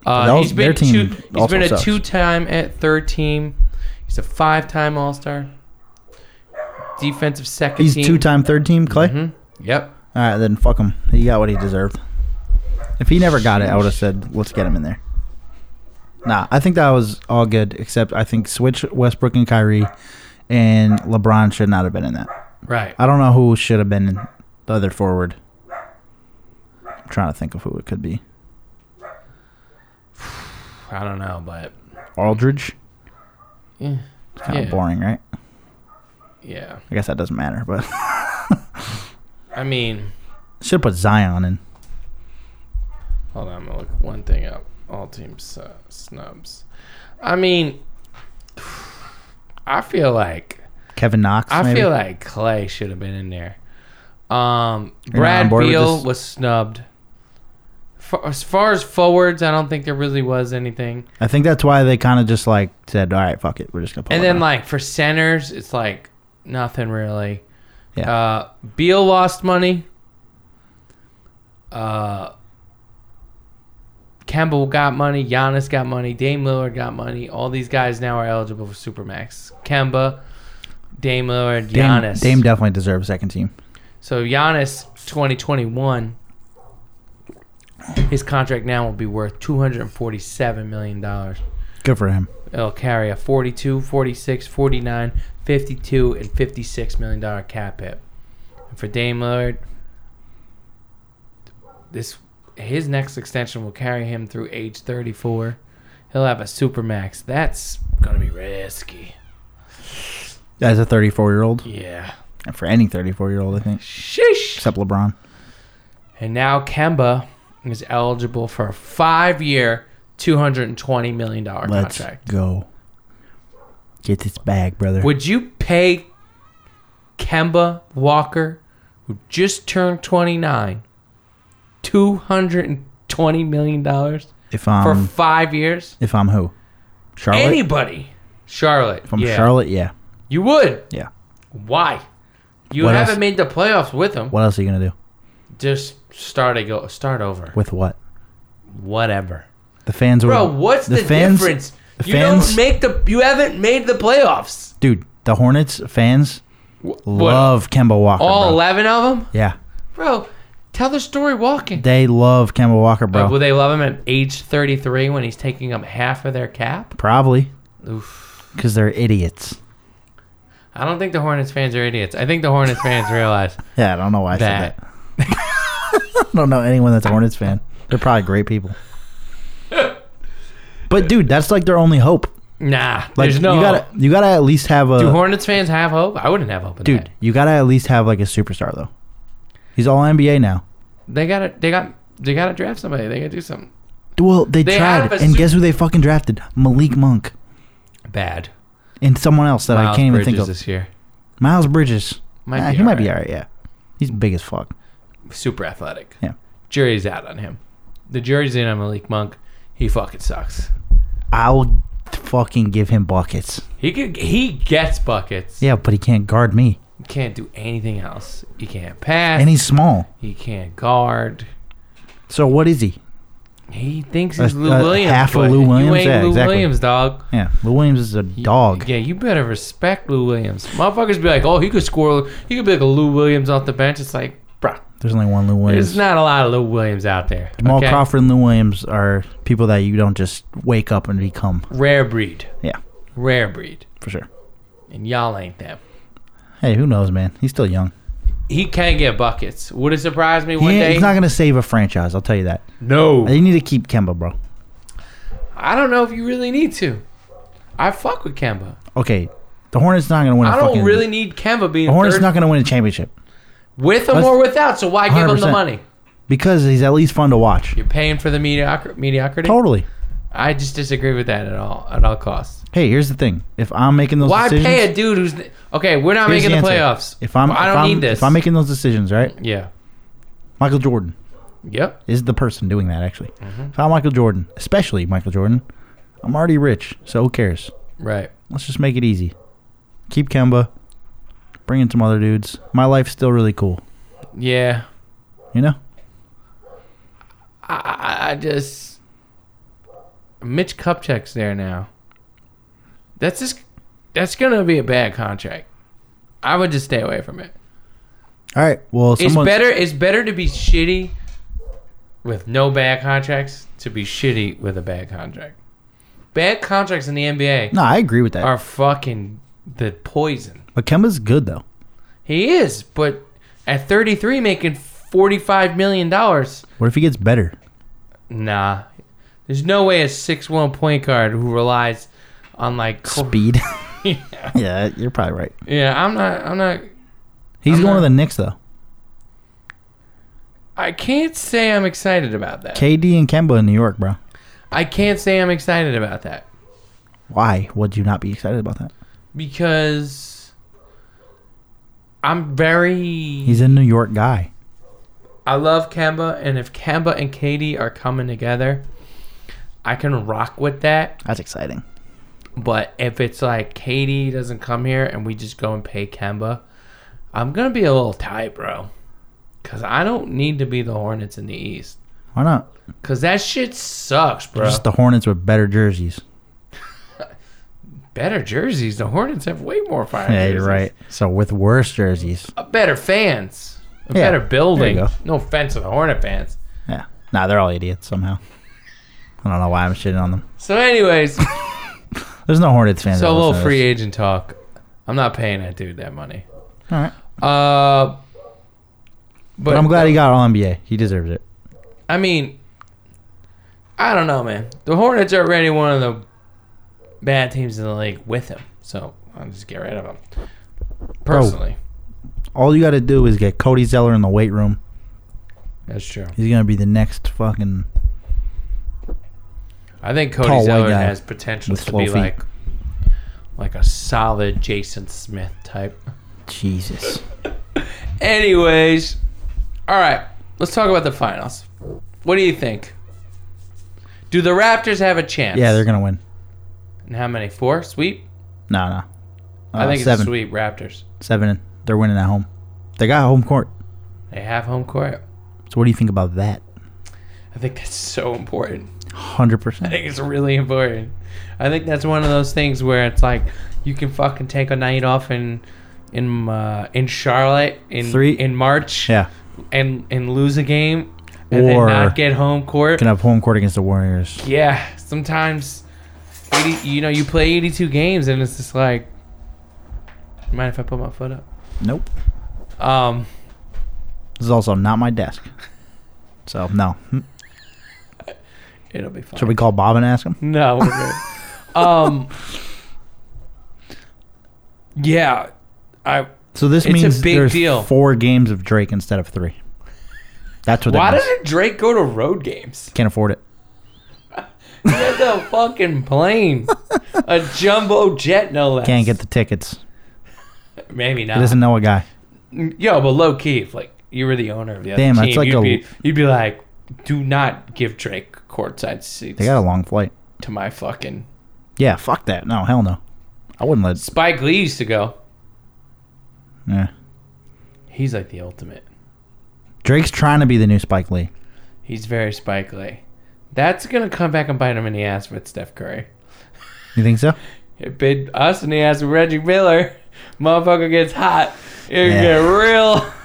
Speaker 1: Uh,
Speaker 2: That was-
Speaker 1: he's been
Speaker 2: their team
Speaker 1: two, he's
Speaker 2: also
Speaker 1: been a
Speaker 2: sucks.
Speaker 1: two-time at third team. He's a five-time All-Star. Defensive second
Speaker 2: He's
Speaker 1: team.
Speaker 2: two time third team Clay.
Speaker 1: Mhm. Yep.
Speaker 2: All right, then fuck him. He got what he deserved. If he never got it, I would have said, let's get him in there. Nah, I think that was all good, except I think switch Westbrook and Kyrie, and LeBron should not have been in that.
Speaker 1: Right.
Speaker 2: I don't know who should have been the other forward. I'm trying to think of who it could be.
Speaker 1: I don't know, but
Speaker 2: Aldridge?
Speaker 1: yeah.
Speaker 2: It's kind of
Speaker 1: Yeah.
Speaker 2: boring, right?
Speaker 1: yeah.
Speaker 2: I guess that doesn't matter, but
Speaker 1: I mean,
Speaker 2: should have put Zion in.
Speaker 1: hold on. I'm gonna look one thing up. All teams uh, snubs. I mean, I feel like
Speaker 2: Kevin Knox.
Speaker 1: I
Speaker 2: maybe?
Speaker 1: feel like Clay should have been in there. Um,
Speaker 2: not on
Speaker 1: Brad
Speaker 2: board with
Speaker 1: Beal
Speaker 2: this?
Speaker 1: was snubbed. For, as far as forwards, I don't think there really was anything.
Speaker 2: I think that's why they kind of just like said, all right, fuck it. We're just going to put
Speaker 1: And then
Speaker 2: LeBron."
Speaker 1: like for centers, it's like nothing really.
Speaker 2: Yeah.
Speaker 1: Uh, Beal lost money. Uh, Campbell got money. Giannis got money. Dame Lillard got money. All these guys now are eligible for Supermax. Kemba, Dame Lillard,
Speaker 2: Dame,
Speaker 1: Giannis.
Speaker 2: Dame definitely deserves second team.
Speaker 1: So Giannis 2021 his contract now will be worth 247 million dollars.
Speaker 2: Good for him.
Speaker 1: It'll carry a 42, 46, 49, 52 and 56 million dollar cap hit. And for Dame Lillard this his next extension will carry him through age 34. He'll have a supermax. That's going to be risky.
Speaker 2: As a 34 year old,
Speaker 1: Yeah.
Speaker 2: and for any 34 year old, I think,
Speaker 1: Sheesh.
Speaker 2: except LeBron.
Speaker 1: And now Kemba is eligible for a five year, $220 million
Speaker 2: Let's
Speaker 1: contract.
Speaker 2: go. Get this bag, brother.
Speaker 1: Would you pay Kemba Walker, who just turned 29, $220 million
Speaker 2: if
Speaker 1: for
Speaker 2: I'm,
Speaker 1: five years?
Speaker 2: if I'm who, Um, Charlotte.
Speaker 1: Anybody. Charlotte.
Speaker 2: if I'm
Speaker 1: yeah.
Speaker 2: Charlotte, yeah,
Speaker 1: You would.
Speaker 2: yeah.
Speaker 1: Why? You
Speaker 2: What
Speaker 1: haven't
Speaker 2: else?
Speaker 1: made the playoffs with them.
Speaker 2: What else are you gonna do
Speaker 1: Just start a go start over.
Speaker 2: with what?
Speaker 1: Whatever.
Speaker 2: The fans
Speaker 1: Bro,
Speaker 2: were
Speaker 1: what's the,
Speaker 2: the fans-
Speaker 1: difference?
Speaker 2: the
Speaker 1: you
Speaker 2: fans-
Speaker 1: don't make the you haven't made the playoffs.
Speaker 2: dude. The Hornets fans
Speaker 1: What,
Speaker 2: love Kemba Walker.
Speaker 1: all
Speaker 2: bro.
Speaker 1: 11 of them?
Speaker 2: yeah,
Speaker 1: Bro, tell the story walking.
Speaker 2: they love Kemba Walker, bro.
Speaker 1: Uh, will they love him at age 33 when he's taking up half of their cap?
Speaker 2: Probably
Speaker 1: Oof.
Speaker 2: because they're idiots.
Speaker 1: I don't think the Hornets fans are idiots. I think the Hornets fans realize
Speaker 2: Yeah, I don't know why I said
Speaker 1: that.
Speaker 2: that. I don't know anyone that's a Hornets fan. They're probably great people. But dude, that's like their only hope.
Speaker 1: Nah,
Speaker 2: Like
Speaker 1: there's no.
Speaker 2: you gotta
Speaker 1: hope.
Speaker 2: you gotta at least have
Speaker 1: Do
Speaker 2: a
Speaker 1: Hornets fans have hope? I wouldn't have hope in
Speaker 2: dude.
Speaker 1: that.
Speaker 2: You gotta at least have like a superstar though. He's all NBA now.
Speaker 1: They got to they got they got to draft somebody. They got to do something
Speaker 2: Well, they,
Speaker 1: They have
Speaker 2: tried,
Speaker 1: a
Speaker 2: and
Speaker 1: su-
Speaker 2: guess who they fucking drafted? Malik Monk
Speaker 1: bad.
Speaker 2: and someone else that I
Speaker 1: Miles
Speaker 2: can't even
Speaker 1: Bridges
Speaker 2: think of.
Speaker 1: this year.
Speaker 2: Miles Bridges.
Speaker 1: Might
Speaker 2: Ah,
Speaker 1: be
Speaker 2: he might
Speaker 1: alright.
Speaker 2: be all right. Yeah, he's big as fuck.
Speaker 1: super athletic.
Speaker 2: Yeah.
Speaker 1: Jury's out on him. The jury's in on Malik Monk. He fucking sucks.
Speaker 2: I'll fucking give him buckets.
Speaker 1: He could, he gets buckets.
Speaker 2: Yeah, but he can't guard me,
Speaker 1: Can't do anything else. He can't pass.
Speaker 2: and he's small.
Speaker 1: he can't guard.
Speaker 2: So what is he?
Speaker 1: He thinks
Speaker 2: A-
Speaker 1: he's Lou
Speaker 2: a
Speaker 1: Williams.
Speaker 2: half of
Speaker 1: but
Speaker 2: Lou Williams?
Speaker 1: You ain't
Speaker 2: Yeah,
Speaker 1: Lou
Speaker 2: exactly.
Speaker 1: Williams, dog.
Speaker 2: Yeah, Lou Williams is a
Speaker 1: You-
Speaker 2: dog.
Speaker 1: Yeah, you better respect Lou Williams. Motherfuckers be like, oh, he could score. He could be like a Lou Williams off the bench. It's like, bruh,
Speaker 2: There's only one Lou
Speaker 1: there's
Speaker 2: Williams.
Speaker 1: not a lot of Lou Williams out there.
Speaker 2: Jamal
Speaker 1: okay?
Speaker 2: Crawford and Lou Williams are people that you don't just wake up and become.
Speaker 1: Rare breed.
Speaker 2: Yeah,
Speaker 1: Rare breed.
Speaker 2: for sure.
Speaker 1: And y'all ain't them.
Speaker 2: Hey, who knows, man? He's still young.
Speaker 1: He can get buckets. Would it surprise me
Speaker 2: He
Speaker 1: one
Speaker 2: ain't-
Speaker 1: day?
Speaker 2: he's not gonna save a franchise. I'll tell you that.
Speaker 1: no.
Speaker 2: They need to keep Kemba, bro.
Speaker 1: I don't know if you really need to. I fuck with Kemba.
Speaker 2: Okay, the Hornets not gonna win. a
Speaker 1: I don't
Speaker 2: fucking,
Speaker 1: really need Kemba being
Speaker 2: The Hornets
Speaker 1: third,
Speaker 2: not gonna win a championship
Speaker 1: with him
Speaker 2: Let's-
Speaker 1: or without. So why give him the
Speaker 2: 100%.
Speaker 1: money?
Speaker 2: because he's at least fun to watch.
Speaker 1: You're paying for the mediocri- mediocrity.
Speaker 2: Totally.
Speaker 1: I just disagree with that at all. At all costs.
Speaker 2: Hey, here's the thing. If I'm making those
Speaker 1: Why
Speaker 2: decisions,
Speaker 1: pay a dude who's okay? We're not
Speaker 2: here's
Speaker 1: making the, playoffs.
Speaker 2: answer. If I'm,
Speaker 1: I
Speaker 2: if
Speaker 1: don't
Speaker 2: I'm-
Speaker 1: need this.
Speaker 2: If I'm making those decisions, right?
Speaker 1: yeah.
Speaker 2: Michael Jordan
Speaker 1: Yep.
Speaker 2: is the person doing that. Actually,
Speaker 1: Mm-hmm.
Speaker 2: if I'm Michael Jordan, especially Michael Jordan, I'm already rich, so who cares?
Speaker 1: Right.
Speaker 2: Let's just make it easy. Keep Kemba. Bring in some other dudes. My life's still really cool.
Speaker 1: Yeah.
Speaker 2: You know?
Speaker 1: I, I- I just Mitch Kupchak's there now. That's just that's gonna be a bad contract. I would just stay away from it.
Speaker 2: All right. Well,
Speaker 1: It's
Speaker 2: someone.
Speaker 1: better. It's better to be shitty with no bad contracts to be shitty with a bad contract. Bad contracts in the NBA
Speaker 2: No, I agree with that.
Speaker 1: are fucking the poison.
Speaker 2: Akema's good though.
Speaker 1: He is, but at 33 making 45 million dollars,
Speaker 2: What if he gets better?
Speaker 1: nah. There's no way a 6-1 point guard who relies on like cl-
Speaker 2: Speed. yeah, you're probably right.
Speaker 1: Yeah, I'm not I'm not
Speaker 2: He's
Speaker 1: I'm
Speaker 2: going to
Speaker 1: not-
Speaker 2: the Knicks though.
Speaker 1: I can't say I'm excited about that.
Speaker 2: KD and Kemba in New York, bro.
Speaker 1: I can't say I'm excited about that
Speaker 2: Why would you not be excited about that?
Speaker 1: because I'm very
Speaker 2: He's a New York guy.
Speaker 1: I love Kemba, and if Kemba and Katie are coming together, I can rock with that.
Speaker 2: That's exciting.
Speaker 1: But if it's like Katie doesn't come here and we just go and pay Kemba, I'm gonna be a little tight, bro. Cause I don't need to be the Hornets in the East.
Speaker 2: Why not?
Speaker 1: Cause that shit sucks, bro.
Speaker 2: Just the Hornets with better jerseys.
Speaker 1: better jerseys. The Hornets have way more fire.
Speaker 2: Yeah, you're
Speaker 1: jerseys.
Speaker 2: right. So with worse jerseys.
Speaker 1: A better fans. A
Speaker 2: Yeah,
Speaker 1: better building.
Speaker 2: there you go.
Speaker 1: No offense to the Hornet fans.
Speaker 2: Yeah. Nah, they're all idiots somehow. I don't know why I'm shitting on them.
Speaker 1: So, anyways,
Speaker 2: There's no Hornets fans.
Speaker 1: so a
Speaker 2: that
Speaker 1: little
Speaker 2: listen to
Speaker 1: free
Speaker 2: this.
Speaker 1: agent talk. I'm not paying that dude that money.
Speaker 2: All right.
Speaker 1: Uh,
Speaker 2: But I'm glad he got all NBA. He deserves it.
Speaker 1: I mean, I don't know, man. The Hornets are already one of the bad teams in the league with him, so I'll just get rid of him. Personally,
Speaker 2: All you got to do is get Cody Zeller in the weight room.
Speaker 1: that's true.
Speaker 2: He's gonna be the next fucking.
Speaker 1: I think Cody
Speaker 2: Tall white
Speaker 1: Zeller
Speaker 2: guy
Speaker 1: has potential
Speaker 2: with
Speaker 1: to
Speaker 2: slow
Speaker 1: be
Speaker 2: feet.
Speaker 1: like like a solid Jason Smith type.
Speaker 2: Jesus.
Speaker 1: Anyways, all right, let's talk about the finals. What do you think? Do the Raptors have a chance?
Speaker 2: Yeah, they're gonna win.
Speaker 1: And how many? Four sweep?
Speaker 2: No, no.
Speaker 1: I
Speaker 2: Uh,
Speaker 1: think it's
Speaker 2: seven.
Speaker 1: a sweep. Raptors.
Speaker 2: Seven. They're winning at home. They got home court.
Speaker 1: They have home court.
Speaker 2: So what do you think about that?
Speaker 1: I think that's so important.
Speaker 2: Hundred
Speaker 1: I
Speaker 2: percent.
Speaker 1: think it's really important. I think that's one of those things where it's like you can fucking take a night off in in uh, in Charlotte in
Speaker 2: Three-
Speaker 1: in March
Speaker 2: Yeah.
Speaker 1: and and lose a game and then
Speaker 2: Or-
Speaker 1: not get home court.
Speaker 2: Gonna have home court against the Warriors.
Speaker 1: yeah, sometimes 80, you know you play 82 games and it's just like mind if I put my foot up?
Speaker 2: Nope.
Speaker 1: Um
Speaker 2: This is also not my desk. So no. Hmm.
Speaker 1: it'll be fine.
Speaker 2: Should we call Bob and ask him?
Speaker 1: No, we're good. um, yeah, I.
Speaker 2: So this
Speaker 1: It's a
Speaker 2: means
Speaker 1: big
Speaker 2: there's
Speaker 1: deal.
Speaker 2: four games of Drake instead of three. That's what.
Speaker 1: Why
Speaker 2: that means.
Speaker 1: doesn't Drake go to road games?
Speaker 2: Can't afford it.
Speaker 1: He has a fucking plane, a jumbo jet, no less.
Speaker 2: Can't get the tickets.
Speaker 1: maybe
Speaker 2: He
Speaker 1: not.
Speaker 2: doesn't know a guy.
Speaker 1: Yo, but low key, if like you were the owner of the other
Speaker 2: Damn,
Speaker 1: team,
Speaker 2: that's like
Speaker 1: you'd,
Speaker 2: a-
Speaker 1: be, you'd be like, do not give Drake courtside seats
Speaker 2: They got a long flight.
Speaker 1: to my fucking.
Speaker 2: Yeah, fuck that. No, hell no. I wouldn't let.
Speaker 1: Spike Lee used to go.
Speaker 2: Yeah.
Speaker 1: He's like the ultimate.
Speaker 2: Drake's trying to be the new Spike Lee.
Speaker 1: He's very Spike Lee. That's gonna come back and bite him in the ass with Steph Curry.
Speaker 2: You think so?
Speaker 1: It bit us in the ass with Reggie Miller. Motherfucker gets hot. It can
Speaker 2: Yeah.
Speaker 1: get real.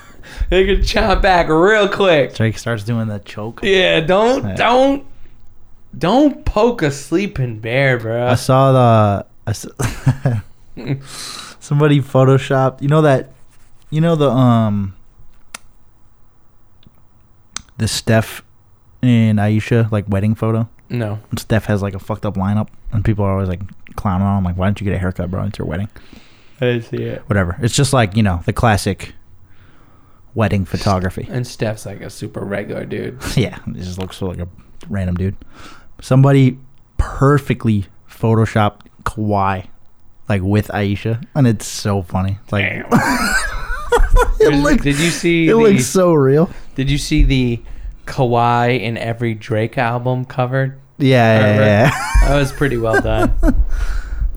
Speaker 1: It can chop back real quick.
Speaker 2: Drake starts doing the choke.
Speaker 1: Yeah, don't
Speaker 2: Yeah.
Speaker 1: don't don't poke a sleeping bear, bro.
Speaker 2: I saw the. I s somebody photoshopped. You know that. You know the um. The Steph and Aisha like wedding photo.
Speaker 1: no,
Speaker 2: And Steph has like a fucked up lineup, and people are always like clowning on him. Like, why don't you get a haircut, bro? It's your wedding.
Speaker 1: I didn't see it.
Speaker 2: Whatever. It's just like you know the classic wedding photography.
Speaker 1: And Steph's like a super regular dude.
Speaker 2: yeah, it just looks like a random dude. Somebody perfectly photoshopped Kawhi, like with Aisha, and it's so funny. It's like
Speaker 1: Damn.
Speaker 2: it looks,
Speaker 1: did you see?
Speaker 2: it
Speaker 1: the,
Speaker 2: looks so real.
Speaker 1: Did you see the Kawhi in every Drake album covered? Uh,
Speaker 2: Yeah, yeah, yeah.
Speaker 1: That was pretty well done.
Speaker 2: yeah.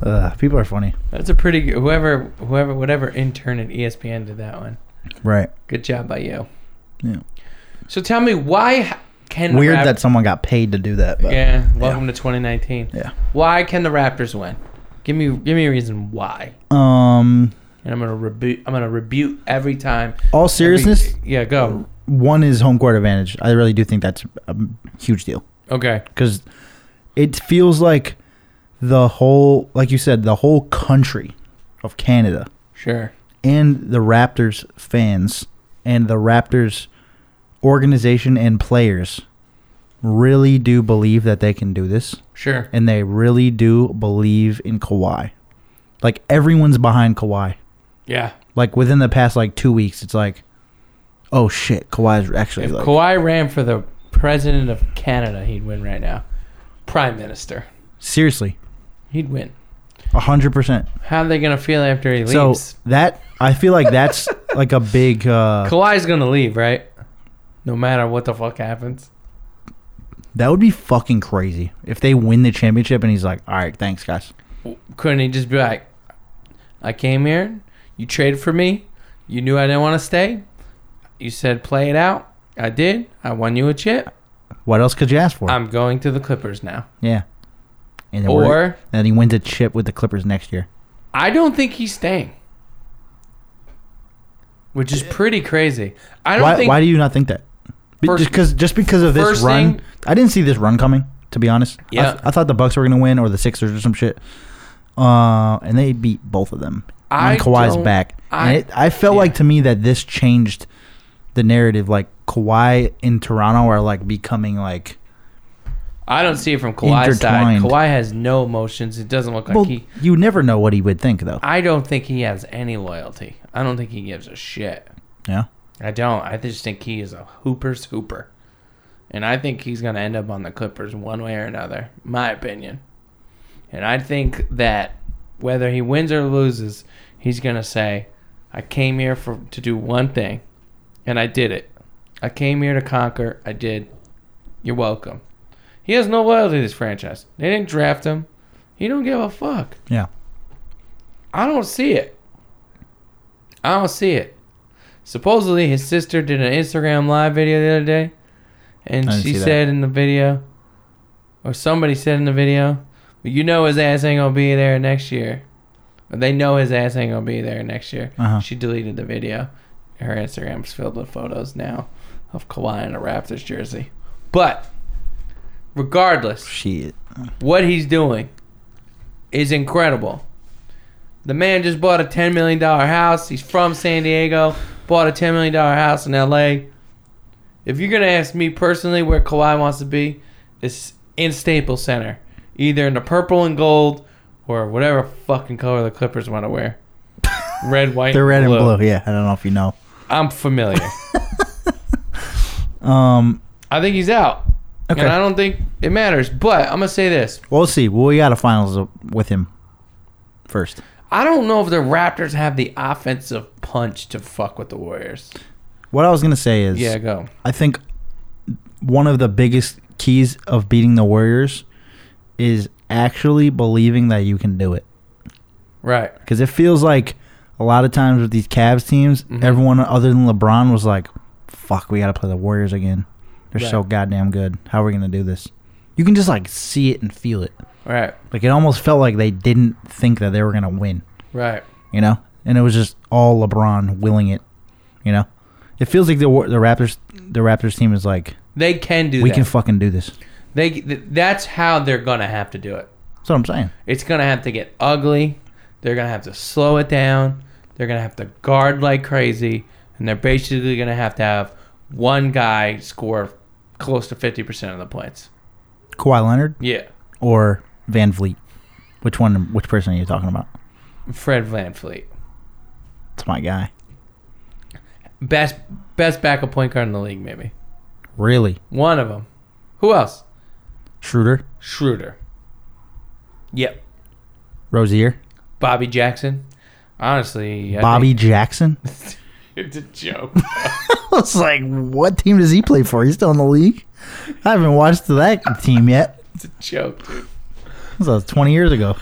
Speaker 2: Ugh, people are funny,
Speaker 1: That's a pretty good, whoever whoever whatever intern at E ESPN did that one.
Speaker 2: right?
Speaker 1: Good job by you.
Speaker 2: Yeah.
Speaker 1: So tell me why Can the
Speaker 2: Weird
Speaker 1: Rap-
Speaker 2: that someone got paid to do that. But
Speaker 1: Yeah, welcome to 2019.
Speaker 2: Yeah.
Speaker 1: Why can the Raptors win? Give me give me a reason why.
Speaker 2: Um.
Speaker 1: And I'm gonna rebu I'm gonna rebuke every time.
Speaker 2: All seriousness,
Speaker 1: Every- yeah, go.
Speaker 2: one is home court advantage. I really do think that's a huge deal
Speaker 1: Okay.
Speaker 2: because it feels like the whole, like you said, the whole country of Canada
Speaker 1: Sure.
Speaker 2: and the Raptors fans and the Raptors organization and players really do believe that they can do this
Speaker 1: Sure.
Speaker 2: and they really do believe in Kawhi. Like everyone's behind Kawhi.
Speaker 1: Yeah.
Speaker 2: Like within the past like 2 weeks it's like oh shit, Kawhi's actually
Speaker 1: If
Speaker 2: like
Speaker 1: Kawhi ran for the president of Canada, he'd win right now. Prime minister,
Speaker 2: seriously
Speaker 1: he'd win.
Speaker 2: 100%.
Speaker 1: How are they gonna feel after he
Speaker 2: So
Speaker 1: leaves?
Speaker 2: that I feel like that's like a big uh
Speaker 1: Kawhi's gonna leave, right? No matter what the fuck happens.
Speaker 2: that would be fucking crazy if they win the championship and he's like, "All right, thanks guys."
Speaker 1: Couldn't he just be like, I came here, you traded for me, you knew I didn't want to stay, you said play it out, I did, I won you a chip,
Speaker 2: What else could you ask for?
Speaker 1: I'm going to the Clippers now.
Speaker 2: yeah. And then we're-
Speaker 1: Or
Speaker 2: And he wins a chip with the Clippers next year.
Speaker 1: I don't think he's staying, which is pretty crazy. I don't
Speaker 2: Why,
Speaker 1: think
Speaker 2: why do you not think that? Be-
Speaker 1: First-
Speaker 2: just because just because of this
Speaker 1: first
Speaker 2: run,
Speaker 1: thing-
Speaker 2: I didn't see this run coming. To be honest, I th-
Speaker 1: Yeah.
Speaker 2: I, thought the Bucks were gonna win or the Sixers or some shit. Uh, and they beat both of them.
Speaker 1: I
Speaker 2: on Kawhi's
Speaker 1: don't-
Speaker 2: back.
Speaker 1: I-
Speaker 2: and it, I felt
Speaker 1: yeah.
Speaker 2: like to me that this changed the narrative. Like Kawhi in Toronto are like becoming like
Speaker 1: I don't see it from Kawhi's side.
Speaker 2: Intertwined.
Speaker 1: Kawhi has no emotions. It doesn't look like
Speaker 2: well,
Speaker 1: he.
Speaker 2: you never know what he would think though.
Speaker 1: I don't think he has any loyalty. I don't think he gives a shit.
Speaker 2: yeah,
Speaker 1: I don't. I just think he is a hooper's hooper. And I think he's going to end up on the Clippers one way or another, my opinion. And I think that whether he wins or loses, he's going to say, I came here for to do one thing, and I did it. I came here to conquer. I did. You're welcome. He has no loyalty to this franchise. They didn't draft him. He don't give a fuck.
Speaker 2: yeah.
Speaker 1: I don't see it. I don't see it. Supposedly, his sister did an Instagram live video the other day, and
Speaker 2: I didn't
Speaker 1: she
Speaker 2: see that.
Speaker 1: said in the video, or somebody said in the video, "Well, you know his ass ain't gonna be there next year. Or they know his ass ain't gonna be there next year.
Speaker 2: Uh-huh.
Speaker 1: She deleted the video. Her Instagram's filled with photos now of Kawhi in a Raptors jersey. But regardless,
Speaker 2: Shit.
Speaker 1: what he's doing is incredible. The man just bought a $10 million house. He's from San Diego, bought a $10 million house in LA. If you're going to ask me personally where Kawhi wants to be, it's in Staples Center, either in the purple and gold or whatever fucking color the Clippers want to wear. Red, white,
Speaker 2: They're red and blue. Yeah, I don't know if you know.
Speaker 1: I'm familiar.
Speaker 2: Um,
Speaker 1: I think he's out.
Speaker 2: Okay.
Speaker 1: And I don't think it matters. But I'm going to say this
Speaker 2: we'll see. Well, we got a finals with him first.
Speaker 1: I don't know if the Raptors have the offensive punch to fuck with the Warriors.
Speaker 2: What I was gonna say is,
Speaker 1: Yeah, go.
Speaker 2: I think one of the biggest keys of beating the Warriors is actually believing that you can do it.
Speaker 1: Right.
Speaker 2: Because it feels like a lot of times with these Cavs teams,
Speaker 1: Mhm.
Speaker 2: everyone other than LeBron was like, "Fuck, we got to play the Warriors again. They're so
Speaker 1: Right.
Speaker 2: goddamn good. How are we gonna do this?" You can just like see it and feel it.
Speaker 1: Right.
Speaker 2: Like it almost felt like they didn't think that they were gonna win.
Speaker 1: Right.
Speaker 2: You know, and it was just all LeBron willing it. You know, it feels like the Wa- the Raptors the Raptors team is like,
Speaker 1: They can do
Speaker 2: "We
Speaker 1: that.
Speaker 2: can fucking do this."
Speaker 1: they th- that's how they're going to have to do it.
Speaker 2: That's what I'm saying.
Speaker 1: It's going to have to get ugly. They're going to have to slow it down. They're going to have to guard like crazy and they're basically going to have to have one guy score close to 50% of the points.
Speaker 2: Kawhi Leonard
Speaker 1: Yeah.
Speaker 2: or Van Vliet? Which one? Which person are you talking about?
Speaker 1: Fred VanVleet.
Speaker 2: It's my guy.
Speaker 1: Best best backup point guard in the league maybe.
Speaker 2: Really,
Speaker 1: One of them. Who else?
Speaker 2: Schroeder,
Speaker 1: Schroeder. Yep.
Speaker 2: Rozier,
Speaker 1: Bobby Jackson. Honestly, I
Speaker 2: Bobby Jackson.
Speaker 1: think- it's a joke.
Speaker 2: I was like, what team does he play for? He's still in the league. I haven't watched that team yet.
Speaker 1: It's a joke, dude.
Speaker 2: This was 20 years ago.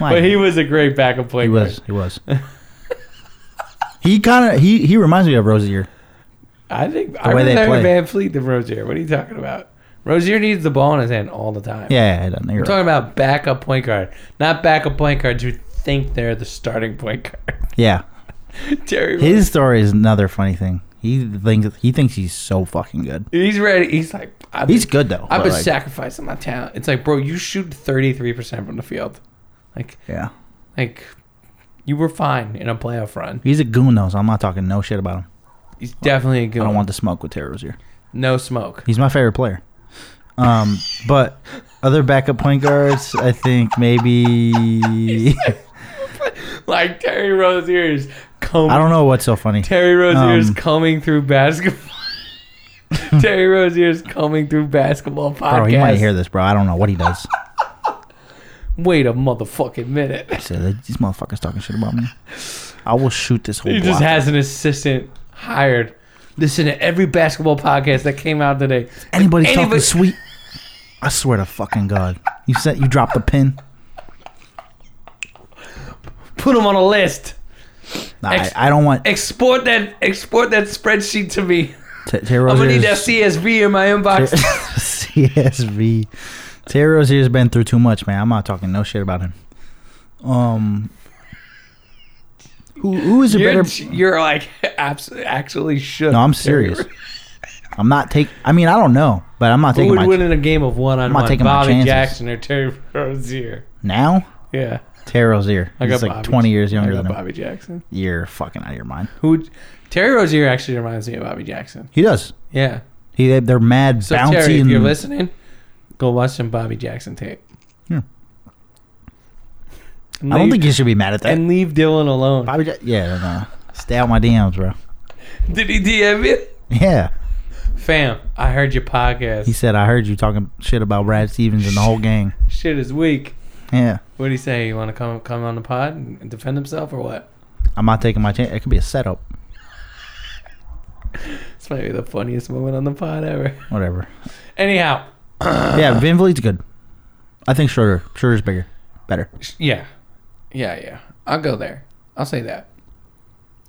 Speaker 2: My-
Speaker 1: But he was a great backup player.
Speaker 2: he was. He was. he kind of he he reminds me of Rozier.
Speaker 1: I think I
Speaker 2: way they
Speaker 1: rather have
Speaker 2: play.
Speaker 1: Van Fleet than Rozier. What are you talking about? Rozier needs the ball in his hand all the time.
Speaker 2: Yeah, I don't know.
Speaker 1: We're
Speaker 2: You're right.
Speaker 1: talking about backup point guard, not backup point guards who think they're the starting point guard.
Speaker 2: Yeah,
Speaker 1: Terry,
Speaker 2: his story is another funny thing. He thinks he thinks he's so fucking good.
Speaker 1: he's ready. He's like, I've
Speaker 2: He's
Speaker 1: he's,
Speaker 2: good though.
Speaker 1: I've
Speaker 2: but,
Speaker 1: been
Speaker 2: like,
Speaker 1: sacrificing my talent. It's like, bro, you shoot thirty three percent from the field. Like,
Speaker 2: Yeah,
Speaker 1: like, you were fine in a playoff run.
Speaker 2: he's a goon though, so I'm not talking no shit about him.
Speaker 1: He's definitely a good.
Speaker 2: I don't
Speaker 1: one.
Speaker 2: want the smoke with Terry Rozier.
Speaker 1: no smoke.
Speaker 2: He's my favorite player. Um, but other backup point guards, I think maybe
Speaker 1: Like Terry Rozier's coming.
Speaker 2: I don't know what's so funny.
Speaker 1: Terry Rozier's
Speaker 2: Um,
Speaker 1: coming through basketball. Terry Rozier's coming through basketball podcast.
Speaker 2: Bro, he might hear this, bro. I don't know what he does.
Speaker 1: Wait a motherfucking minute.
Speaker 2: So these motherfuckers talking shit about me. I will shoot this whole.
Speaker 1: He just
Speaker 2: block.
Speaker 1: has an assistant hired. Listen to every basketball podcast that came out today.
Speaker 2: Anybody, talking
Speaker 1: Anybody-
Speaker 2: sweet? I swear to fucking god, you said you dropped the pin.
Speaker 1: Put them on a list.
Speaker 2: Nah,
Speaker 1: Ex-
Speaker 2: I, I don't want.
Speaker 1: Export that. Export that spreadsheet to me.
Speaker 2: T- Terry
Speaker 1: I'm gonna need that
Speaker 2: Rozier's
Speaker 1: CSV in my inbox.
Speaker 2: CSV. Terry Rozier's been through too much, man. I'm not talking no shit about him. Um, who who is a
Speaker 1: You're,
Speaker 2: better?
Speaker 1: you're like abs- actually shook.
Speaker 2: No, I'm
Speaker 1: Terry.
Speaker 2: serious. I'm not take. I mean, I don't know, but I'm not
Speaker 1: Who
Speaker 2: taking
Speaker 1: would
Speaker 2: my
Speaker 1: win in a game of one on
Speaker 2: I'm not
Speaker 1: one?
Speaker 2: taking my
Speaker 1: Bobby
Speaker 2: chances.
Speaker 1: Jackson or Terry Rozier?
Speaker 2: now.
Speaker 1: Yeah,
Speaker 2: Terry Rozier.
Speaker 1: I got
Speaker 2: He's like
Speaker 1: Bobby.
Speaker 2: 20 years
Speaker 1: I
Speaker 2: younger
Speaker 1: got
Speaker 2: than him.
Speaker 1: Bobby Jackson.
Speaker 2: You're fucking out of your mind.
Speaker 1: Who? Would, Terry Rozier actually reminds me of Bobby Jackson.
Speaker 2: He does.
Speaker 1: Yeah.
Speaker 2: He they, they're mad
Speaker 1: So
Speaker 2: bouncy
Speaker 1: Terry, if
Speaker 2: and
Speaker 1: you're listening, go watch some Bobby Jackson tape.
Speaker 2: Yeah.
Speaker 1: And
Speaker 2: I Hmm. don't
Speaker 1: leave-
Speaker 2: think you should be mad at that.
Speaker 1: and leave Dylan alone.
Speaker 2: Bobby, Jack- yeah, no. stay out my DMs, bro.
Speaker 1: Did he DM it?
Speaker 2: Yeah,
Speaker 1: Fam, I heard your podcast.
Speaker 2: he said I heard you talking shit about Brad Stevens and the whole gang.
Speaker 1: Shit is weak.
Speaker 2: Yeah,
Speaker 1: What do you say? You want to come come on the pod and defend himself or what?
Speaker 2: I'm not taking my chance. It could be a setup,
Speaker 1: This might be the funniest moment on the pod ever.
Speaker 2: whatever.
Speaker 1: Anyhow,
Speaker 2: yeah, Van Vliet's good. I think Schroeder. Schroeder's bigger, better.
Speaker 1: sh- yeah, yeah, yeah. I'll go there. I'll say that.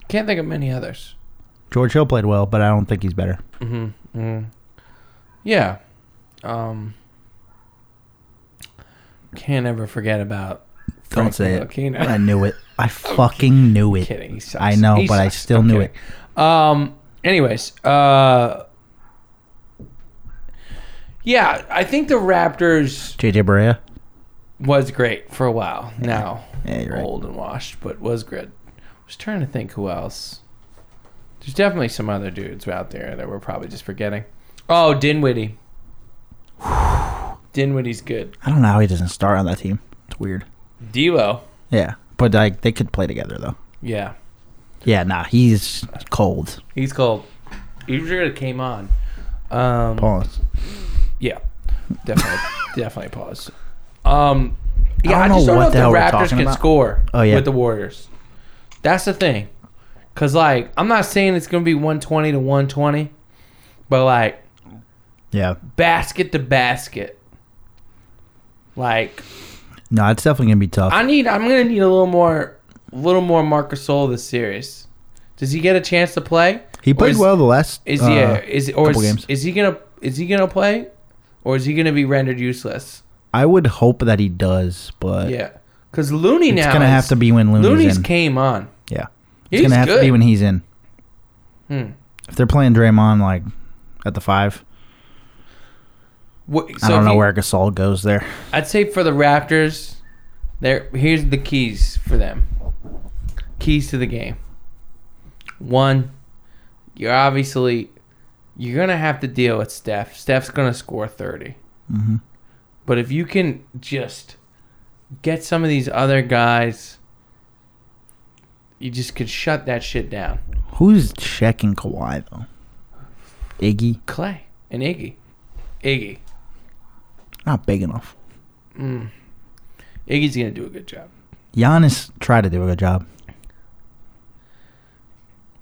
Speaker 1: Can't think of many others.
Speaker 2: George Hill played well, but I don't think he's better.
Speaker 1: hmm Yeah. Um. Can't ever forget about. Frank
Speaker 2: Don't say it.
Speaker 1: Ntilikina.
Speaker 2: I knew it. I fucking knew it.
Speaker 1: kidding. He sucks.
Speaker 2: I know,
Speaker 1: He
Speaker 2: but I
Speaker 1: sucks.
Speaker 2: still
Speaker 1: I'm
Speaker 2: knew
Speaker 1: kidding. Um. Anyways, uh, yeah, I think the Raptors
Speaker 2: JJ Barea.
Speaker 1: was great for a while. Now
Speaker 2: Yeah, you're right.
Speaker 1: old and washed, but was good. was trying to think who else. There's definitely some other dudes out there that we're probably just forgetting. Oh, Dinwiddie. Dinwiddie's good.
Speaker 2: I don't know how he doesn't start on that team. It's weird.
Speaker 1: D'Lo.
Speaker 2: Yeah, but like they could play together though.
Speaker 1: Yeah,
Speaker 2: Yeah, nah, he's cold.
Speaker 1: he's cold. He really came on. Um,
Speaker 2: Pause.
Speaker 1: Yeah, definitely, definitely pause. Um,
Speaker 2: I
Speaker 1: yeah, I,
Speaker 2: don't
Speaker 1: just
Speaker 2: know
Speaker 1: don't know
Speaker 2: what
Speaker 1: if the
Speaker 2: the hell we're
Speaker 1: Raptors
Speaker 2: talking
Speaker 1: can
Speaker 2: about.
Speaker 1: score
Speaker 2: Oh, yeah.
Speaker 1: with the Warriors. That's the thing, cause like I'm not saying it's gonna be 120 to 120, but like
Speaker 2: Yeah.
Speaker 1: basket to basket. Like
Speaker 2: No, it's definitely gonna be tough.
Speaker 1: I need, I'm gonna need a little more, a little more Marcus Sol this series. Does he get a chance to play?
Speaker 2: He played
Speaker 1: is-
Speaker 2: well the last.
Speaker 1: Is
Speaker 2: uh,
Speaker 1: he? A, is or
Speaker 2: couple
Speaker 1: is,
Speaker 2: games.
Speaker 1: is he gonna? Is he gonna play, or is he gonna be rendered useless?
Speaker 2: I would hope that he does, but
Speaker 1: Yeah, because Looney
Speaker 2: Uh, it's
Speaker 1: now
Speaker 2: gonna
Speaker 1: is-
Speaker 2: have to be when Looney's,
Speaker 1: Looney's
Speaker 2: in.
Speaker 1: came on.
Speaker 2: yeah,
Speaker 1: He's
Speaker 2: it's gonna have
Speaker 1: good.
Speaker 2: to be when he's in.
Speaker 1: Hmm.
Speaker 2: If they're playing Draymond like at the five,
Speaker 1: Wha-
Speaker 2: I
Speaker 1: so
Speaker 2: don't
Speaker 1: if
Speaker 2: know
Speaker 1: you-
Speaker 2: where Gasol goes there.
Speaker 1: I'd say for the Raptors, there here's the keys for them. Keys to the game. One, you're obviously you're gonna have to deal with Steph. Steph's gonna score thirty.
Speaker 2: Mm-hmm.
Speaker 1: But if you can just get some of these other guys, you just could shut that shit down.
Speaker 2: Who's checking Kawhi though? Iggy,
Speaker 1: Clay and Iggy, Iggy.
Speaker 2: not big enough.
Speaker 1: Mm. Iggy's gonna do a good job.
Speaker 2: Giannis tried to do a good job.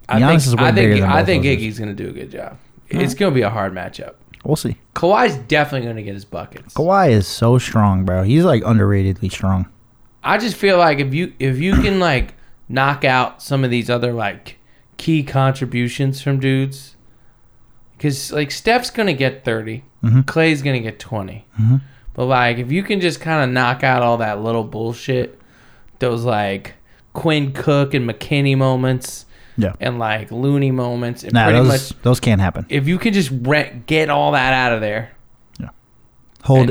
Speaker 1: I
Speaker 2: Giannis
Speaker 1: think,
Speaker 2: is way
Speaker 1: I think,
Speaker 2: bigger than
Speaker 1: I
Speaker 2: both
Speaker 1: think
Speaker 2: those.
Speaker 1: Iggy's gonna do a good job. It's gonna be a hard matchup.
Speaker 2: We'll see.
Speaker 1: Kawhi's definitely gonna get his buckets.
Speaker 2: Kawhi is so strong, bro. He's like underratedly strong.
Speaker 1: I just feel like if you if you can like knock out some of these other like key contributions from dudes, Because like Steph's gonna get 30
Speaker 2: Mhm.
Speaker 1: Clay's gonna get 20
Speaker 2: Mhm.
Speaker 1: But like, if you can just kind of knock out all that little bullshit, those like Quinn Cook and McKinney moments,
Speaker 2: Yeah.
Speaker 1: and like Looney moments, and
Speaker 2: Nah,
Speaker 1: pretty
Speaker 2: those
Speaker 1: much
Speaker 2: those can't happen.
Speaker 1: if you can just re- get all that out of there,
Speaker 2: Hold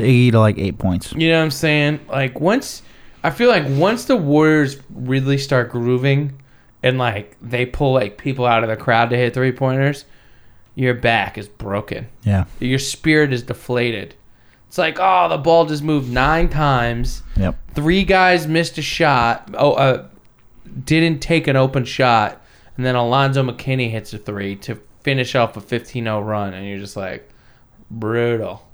Speaker 1: and-
Speaker 2: Iggy to like eight points.
Speaker 1: You know what I'm saying? Like once I feel like once the Warriors really start grooving and like they pull like people out of the crowd to hit three pointers, your back is broken.
Speaker 2: Yeah.
Speaker 1: Your spirit is deflated. It's like, oh, the ball just moved nine times.
Speaker 2: Yep.
Speaker 1: Three guys missed a shot. Oh, uh, didn't take an open shot, and then Alonzo McKinney hits a three to finish off a 15-0 run, and you're just like, brutal.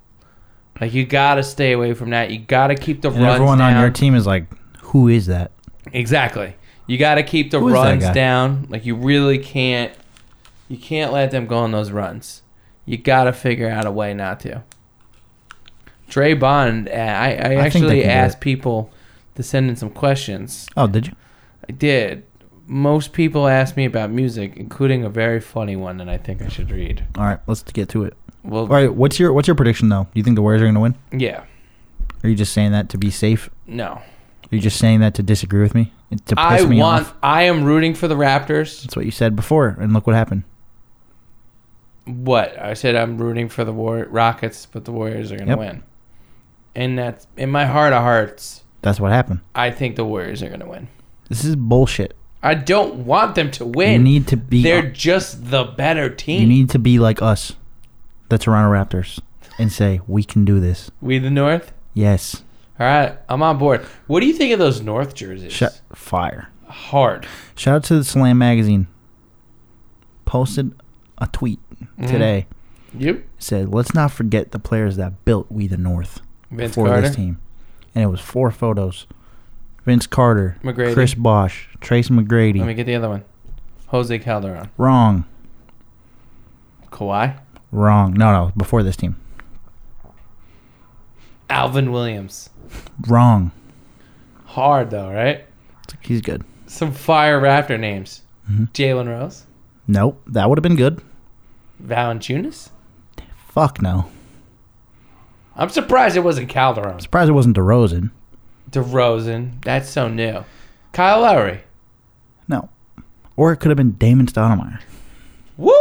Speaker 1: Like you gotta stay away from that. You gotta keep the
Speaker 2: And
Speaker 1: runs
Speaker 2: everyone
Speaker 1: down.
Speaker 2: on your team is like, who is that?
Speaker 1: Exactly. You gotta keep the
Speaker 2: Who is that
Speaker 1: runs
Speaker 2: guy?
Speaker 1: down. Like you really can't. You can't let them go on those runs. You gotta figure out a way not to. Dre Bond, uh, I, I,
Speaker 2: they
Speaker 1: actually
Speaker 2: can do
Speaker 1: asked people to send in some questions.
Speaker 2: Oh, did you?
Speaker 1: I did. Most people ask me about music, including a very funny one that I think I should read.
Speaker 2: All right, let's get to it.
Speaker 1: Well,
Speaker 2: All right, what's your what's your prediction though? Do you think the Warriors are going to win?
Speaker 1: yeah,
Speaker 2: Are you just saying that to be safe?
Speaker 1: no.
Speaker 2: Are you just saying that to disagree with me? And To piss
Speaker 1: I
Speaker 2: me
Speaker 1: want.
Speaker 2: off?
Speaker 1: I am rooting for the Raptors.
Speaker 2: That's what you said before, and look what happened.
Speaker 1: What I said, I'm rooting for the War- Rockets, but the Warriors are gonna
Speaker 2: Yep.
Speaker 1: win. And that's in my heart of hearts.
Speaker 2: That's what happened.
Speaker 1: I think the Warriors are gonna win.
Speaker 2: This is bullshit.
Speaker 1: I don't want them to
Speaker 2: you
Speaker 1: win.
Speaker 2: need to be
Speaker 1: They're just the better
Speaker 2: you
Speaker 1: team.
Speaker 2: need to be like us, the Toronto Raptors, and say we can do this.
Speaker 1: we the North.
Speaker 2: Yes,
Speaker 1: All right, I'm on board. What do you think of those North jerseys?
Speaker 2: shut fire.
Speaker 1: Hard.
Speaker 2: Shout out to the Slam magazine. Posted a tweet
Speaker 1: Mm-hmm.
Speaker 2: today
Speaker 1: Yep.
Speaker 2: said, "Let's not forget the players that built we the North."
Speaker 1: Vince
Speaker 2: for
Speaker 1: Carter.
Speaker 2: this team. And it was four photos. Vince Carter,
Speaker 1: McGrady.
Speaker 2: Chris Bosch, Trace McGrady.
Speaker 1: Let me get the other one. Jose Calderon.
Speaker 2: wrong.
Speaker 1: Kawhi.
Speaker 2: Wrong. No, no, before this team.
Speaker 1: Alvin Williams.
Speaker 2: Wrong.
Speaker 1: Hard though, right?
Speaker 2: He's good.
Speaker 1: Some fire Raptor names.
Speaker 2: Mm-hmm.
Speaker 1: Jalen Rose.
Speaker 2: Nope. That would have been good.
Speaker 1: Valanciunas.
Speaker 2: Fuck no.
Speaker 1: I'm surprised it wasn't Calderon.
Speaker 2: Surprised it wasn't DeRozan.
Speaker 1: DeRozan. That's so new. Kyle Lowry.
Speaker 2: No. Or it could have been Damon Stoudemire.
Speaker 1: Woo!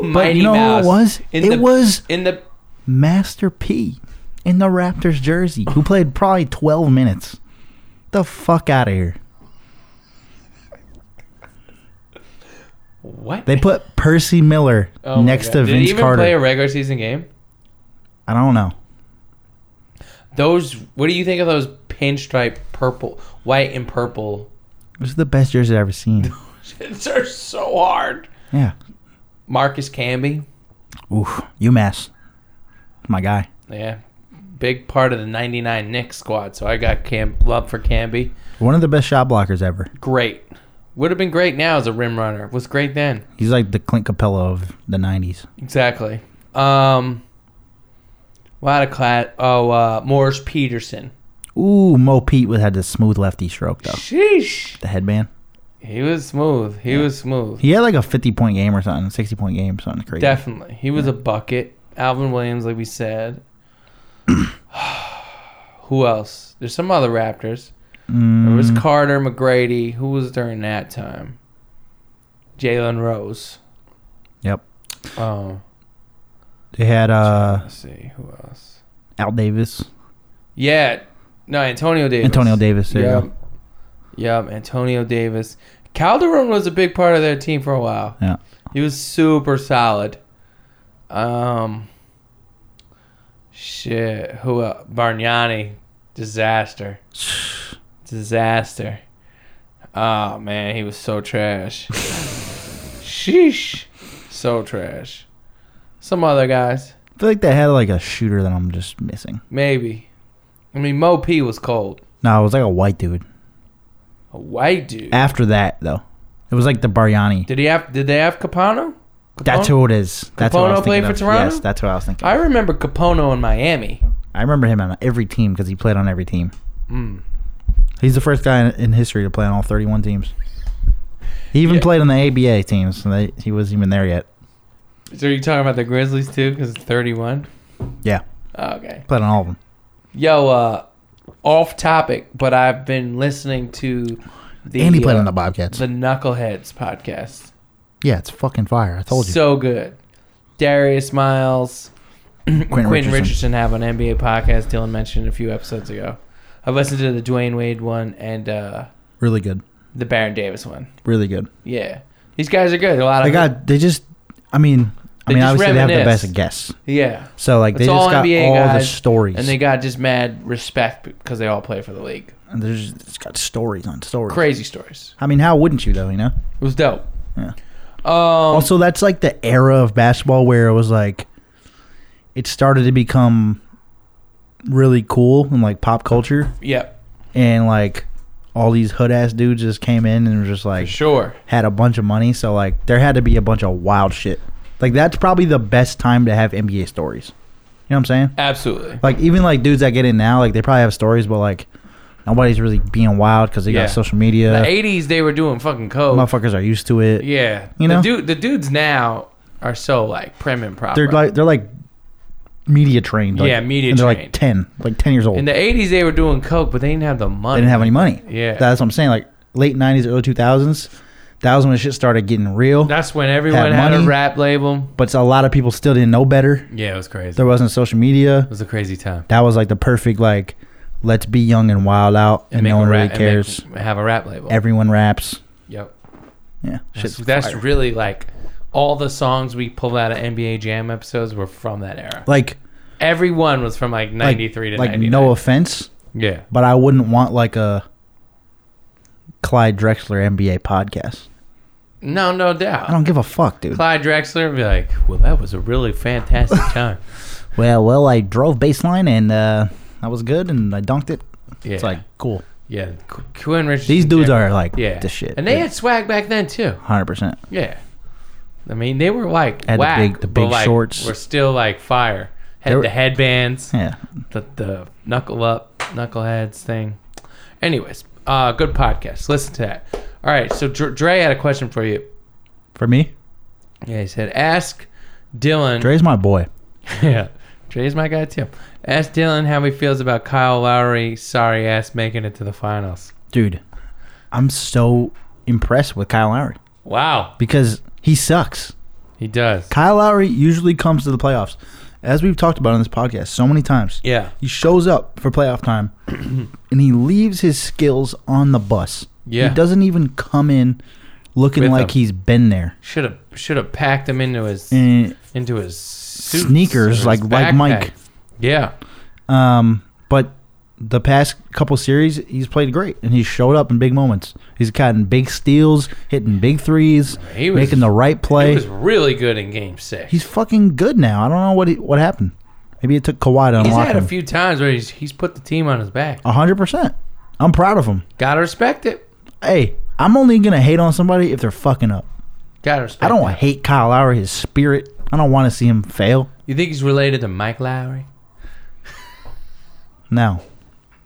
Speaker 2: But
Speaker 1: Mighty
Speaker 2: you know
Speaker 1: Mouse.
Speaker 2: who it was?
Speaker 1: In
Speaker 2: it
Speaker 1: the,
Speaker 2: was
Speaker 1: in the
Speaker 2: Master P in the Raptors jersey, who played probably 12 minutes. The fuck out of here.
Speaker 1: what?
Speaker 2: They put Percy Miller
Speaker 1: Oh my
Speaker 2: next
Speaker 1: God.
Speaker 2: to
Speaker 1: Did he
Speaker 2: Vince
Speaker 1: even
Speaker 2: Carter.
Speaker 1: play a regular season game?
Speaker 2: I don't know.
Speaker 1: Those. What do you think of those pinstripe purple, white and purple?
Speaker 2: This is the best jersey I've ever seen.
Speaker 1: They're so hard.
Speaker 2: Yeah.
Speaker 1: Marcus Camby.
Speaker 2: Oof. UMass. My guy.
Speaker 1: Yeah. Big part of the 99 Knicks squad, so I got Cam love for Camby.
Speaker 2: One of the best shot blockers ever.
Speaker 1: Great. Would have been great now as a rim runner. Was great then.
Speaker 2: He's like the Clint Capella of the 90s.
Speaker 1: Exactly. Um a lot of class. Oh, uh, Morris Peterson.
Speaker 2: Ooh, Mo Pete would had the smooth lefty stroke, though.
Speaker 1: Sheesh.
Speaker 2: The headband.
Speaker 1: He was smooth. He was smooth.
Speaker 2: He had like a 50 point game or something, 60 point game, something crazy.
Speaker 1: Definitely. He was a bucket. Alvin Williams, like we said. Who else? There's some other Raptors. There
Speaker 2: Mm,
Speaker 1: was Carter, McGrady. Who was during that time? Jalen Rose.
Speaker 2: Yep.
Speaker 1: Oh,
Speaker 2: they had uh,
Speaker 1: let's see. Who else?
Speaker 2: Al Davis,
Speaker 1: Yeah. No, Antonio Davis.
Speaker 2: Antonio Davis. There you
Speaker 1: Yep.
Speaker 2: go.
Speaker 1: Yep. Antonio Davis. Calderon was a big part of their team for a while.
Speaker 2: Yeah.
Speaker 1: He was super solid. Um. Shit. Who else? Bargnani. Disaster. Disaster. Oh man, he was so trash. Sheesh. So trash. Some other guys.
Speaker 2: I feel like they had like a shooter that I'm just missing.
Speaker 1: Maybe. I mean Mo P was cold.
Speaker 2: No, it was like a white dude.
Speaker 1: A white dude.
Speaker 2: After that, though, it was like the Bargnani.
Speaker 1: Did he have did they have Capano?
Speaker 2: That's
Speaker 1: Capone?
Speaker 2: who it is. That's what I
Speaker 1: Capone
Speaker 2: was thinking
Speaker 1: played for
Speaker 2: of.
Speaker 1: Toronto?
Speaker 2: Yes, that's what I was thinking.
Speaker 1: I remember Capono in Miami.
Speaker 2: I remember him on every team because he played on every team.
Speaker 1: Mm.
Speaker 2: He's the first guy in, in history to play on all 31 teams. He even
Speaker 1: Yeah.
Speaker 2: played on the ABA teams. And they, he wasn't even there yet.
Speaker 1: So are you talking about the Grizzlies too? Because it's 31.
Speaker 2: Yeah.
Speaker 1: Okay.
Speaker 2: Played on all of them.
Speaker 1: Yo, uh, off topic, but I've been listening to the
Speaker 2: and he played
Speaker 1: uh,
Speaker 2: on the Bobcats.
Speaker 1: the Knuckleheads podcast.
Speaker 2: yeah, it's fucking fire. I told you.
Speaker 1: So good. Darius Miles, Quinn, Richardson.
Speaker 2: Richardson.
Speaker 1: have an NBA podcast. Dylan mentioned a few episodes ago. I've listened to the Dwayne Wade one and uh,
Speaker 2: really good.
Speaker 1: the Baron Davis one.
Speaker 2: Really good.
Speaker 1: Yeah, these guys are good. A lot of
Speaker 2: They got. They just. I mean. I
Speaker 1: Uh, They
Speaker 2: mean,
Speaker 1: just
Speaker 2: obviously they have the
Speaker 1: reminisce.
Speaker 2: best guests.
Speaker 1: yeah,
Speaker 2: So like they
Speaker 1: It's
Speaker 2: just
Speaker 1: all
Speaker 2: got
Speaker 1: NBA
Speaker 2: all the
Speaker 1: guys,
Speaker 2: stories.
Speaker 1: and they got just mad respect because they all play for the league.
Speaker 2: And there's it's got stories on stories.
Speaker 1: Crazy stories.
Speaker 2: I mean, how wouldn't you though? You know.
Speaker 1: It was dope.
Speaker 2: Yeah.
Speaker 1: Um, also,
Speaker 2: Also, that's like the era of basketball where it was like it started to become really cool and like pop culture,
Speaker 1: yeah,
Speaker 2: and like all these hood ass dudes just came in and were just
Speaker 1: for
Speaker 2: like
Speaker 1: sure.
Speaker 2: had a bunch of money. So like there had to be a bunch of wild shit. Like that's probably the best time to have NBA stories. You know what I'm saying?
Speaker 1: Absolutely.
Speaker 2: Like even like dudes that get in now, like they probably have stories, but like nobody's really being wild because they
Speaker 1: Yeah.
Speaker 2: got social
Speaker 1: The
Speaker 2: media.
Speaker 1: '80s, they were doing fucking coke.
Speaker 2: Motherfuckers are used to it.
Speaker 1: Yeah,
Speaker 2: You
Speaker 1: the
Speaker 2: know?
Speaker 1: dude, the dudes now are so like prim and proper.
Speaker 2: They're like they're like media trained. Like,
Speaker 1: Yeah, media
Speaker 2: and They're
Speaker 1: trained.
Speaker 2: like ten, like ten years old.
Speaker 1: in the '80s, they were doing coke, but they didn't have the money.
Speaker 2: they didn't have any money.
Speaker 1: Yeah, that's,
Speaker 2: That's what I'm saying. Like late '90s, early 2000s. That was when shit started getting real.
Speaker 1: when everyone
Speaker 2: Had
Speaker 1: had, a
Speaker 2: money.
Speaker 1: rap label.
Speaker 2: But a lot of people still didn't know better.
Speaker 1: Yeah, it was crazy.
Speaker 2: There wasn't social media.
Speaker 1: it was a crazy time.
Speaker 2: That was like the perfect like, let's be young and wild out, and,
Speaker 1: make
Speaker 2: no
Speaker 1: a
Speaker 2: one
Speaker 1: rap-
Speaker 2: really
Speaker 1: and make-
Speaker 2: cares.
Speaker 1: have a rap label.
Speaker 2: Everyone raps.
Speaker 1: yep.
Speaker 2: Yeah, shit's
Speaker 1: That's, that's
Speaker 2: fire.
Speaker 1: really like all the songs we pulled out of NBA Jam episodes were from that era.
Speaker 2: like
Speaker 1: Everyone was from like '93 to
Speaker 2: like
Speaker 1: '99.
Speaker 2: no offense,
Speaker 1: yeah,
Speaker 2: but I wouldn't want like a Clyde Drexler NBA podcast.
Speaker 1: no, no doubt.
Speaker 2: I don't give a fuck, dude.
Speaker 1: Clyde Drexler would be like, "Well, that was a really fantastic time."
Speaker 2: Well, well, I drove baseline and uh, that was good, and I dunked it.
Speaker 1: Yeah,
Speaker 2: It's like cool.
Speaker 1: yeah, Qu- Quinn Richardson.
Speaker 2: These dudes
Speaker 1: Jr.
Speaker 2: are like
Speaker 1: yeah,
Speaker 2: the shit.
Speaker 1: and they had swag back then too.
Speaker 2: hundred percent.
Speaker 1: Yeah, I mean they were like
Speaker 2: Had the
Speaker 1: whack,
Speaker 2: big- the
Speaker 1: but,
Speaker 2: big
Speaker 1: like,
Speaker 2: shorts.
Speaker 1: Were still like fire. Had
Speaker 2: They were-
Speaker 1: the headbands,
Speaker 2: Yeah,
Speaker 1: the the knuckle up, knuckleheads thing. Anyways, uh, good podcast. Listen to that. All right, so Dr- Dre had a question for you.
Speaker 2: for me,
Speaker 1: Yeah, he said, ask Dylan.
Speaker 2: Dre's my boy.
Speaker 1: Yeah. Dre's my guy too. Ask Dylan how he feels about Kyle Lowry, sorry ass, making it to the finals.
Speaker 2: dude, I'm so impressed with Kyle Lowry
Speaker 1: Wow.
Speaker 2: because he sucks.
Speaker 1: He does.
Speaker 2: Kyle Lowry usually comes to the playoffs, as we've talked about on this podcast so many times.
Speaker 1: Yeah.
Speaker 2: He shows up for playoff time, and he leaves his skills on the bus.
Speaker 1: Yeah.
Speaker 2: he doesn't even come in looking
Speaker 1: With
Speaker 2: like
Speaker 1: them.
Speaker 2: he's been there.
Speaker 1: Should have should have packed him into his
Speaker 2: And
Speaker 1: into his suits or
Speaker 2: Mm. sneakers
Speaker 1: his
Speaker 2: like like
Speaker 1: backpack.
Speaker 2: Mike.
Speaker 1: Yeah.
Speaker 2: Um, but the past couple series, he's played great, and he's showed up in big moments. He's gotten big steals, hitting big threes,
Speaker 1: He was
Speaker 2: making the right
Speaker 1: he
Speaker 2: play.
Speaker 1: was really good in game six.
Speaker 2: He's fucking good now. I don't know what he, what happened. Maybe it took Kawhi to
Speaker 1: He's
Speaker 2: unlock
Speaker 1: had a
Speaker 2: him.
Speaker 1: few times where he's he's put the team on his back.
Speaker 2: A hundred percent. I'm proud of him.
Speaker 1: Gotta respect it.
Speaker 2: Hey, I'm only gonna hate on somebody if they're fucking up.
Speaker 1: Gotta respect
Speaker 2: I don't
Speaker 1: it.
Speaker 2: hate Kyle Lowry, his spirit. I don't want to see him fail.
Speaker 1: You think he's related to Mike Lowry?
Speaker 2: No.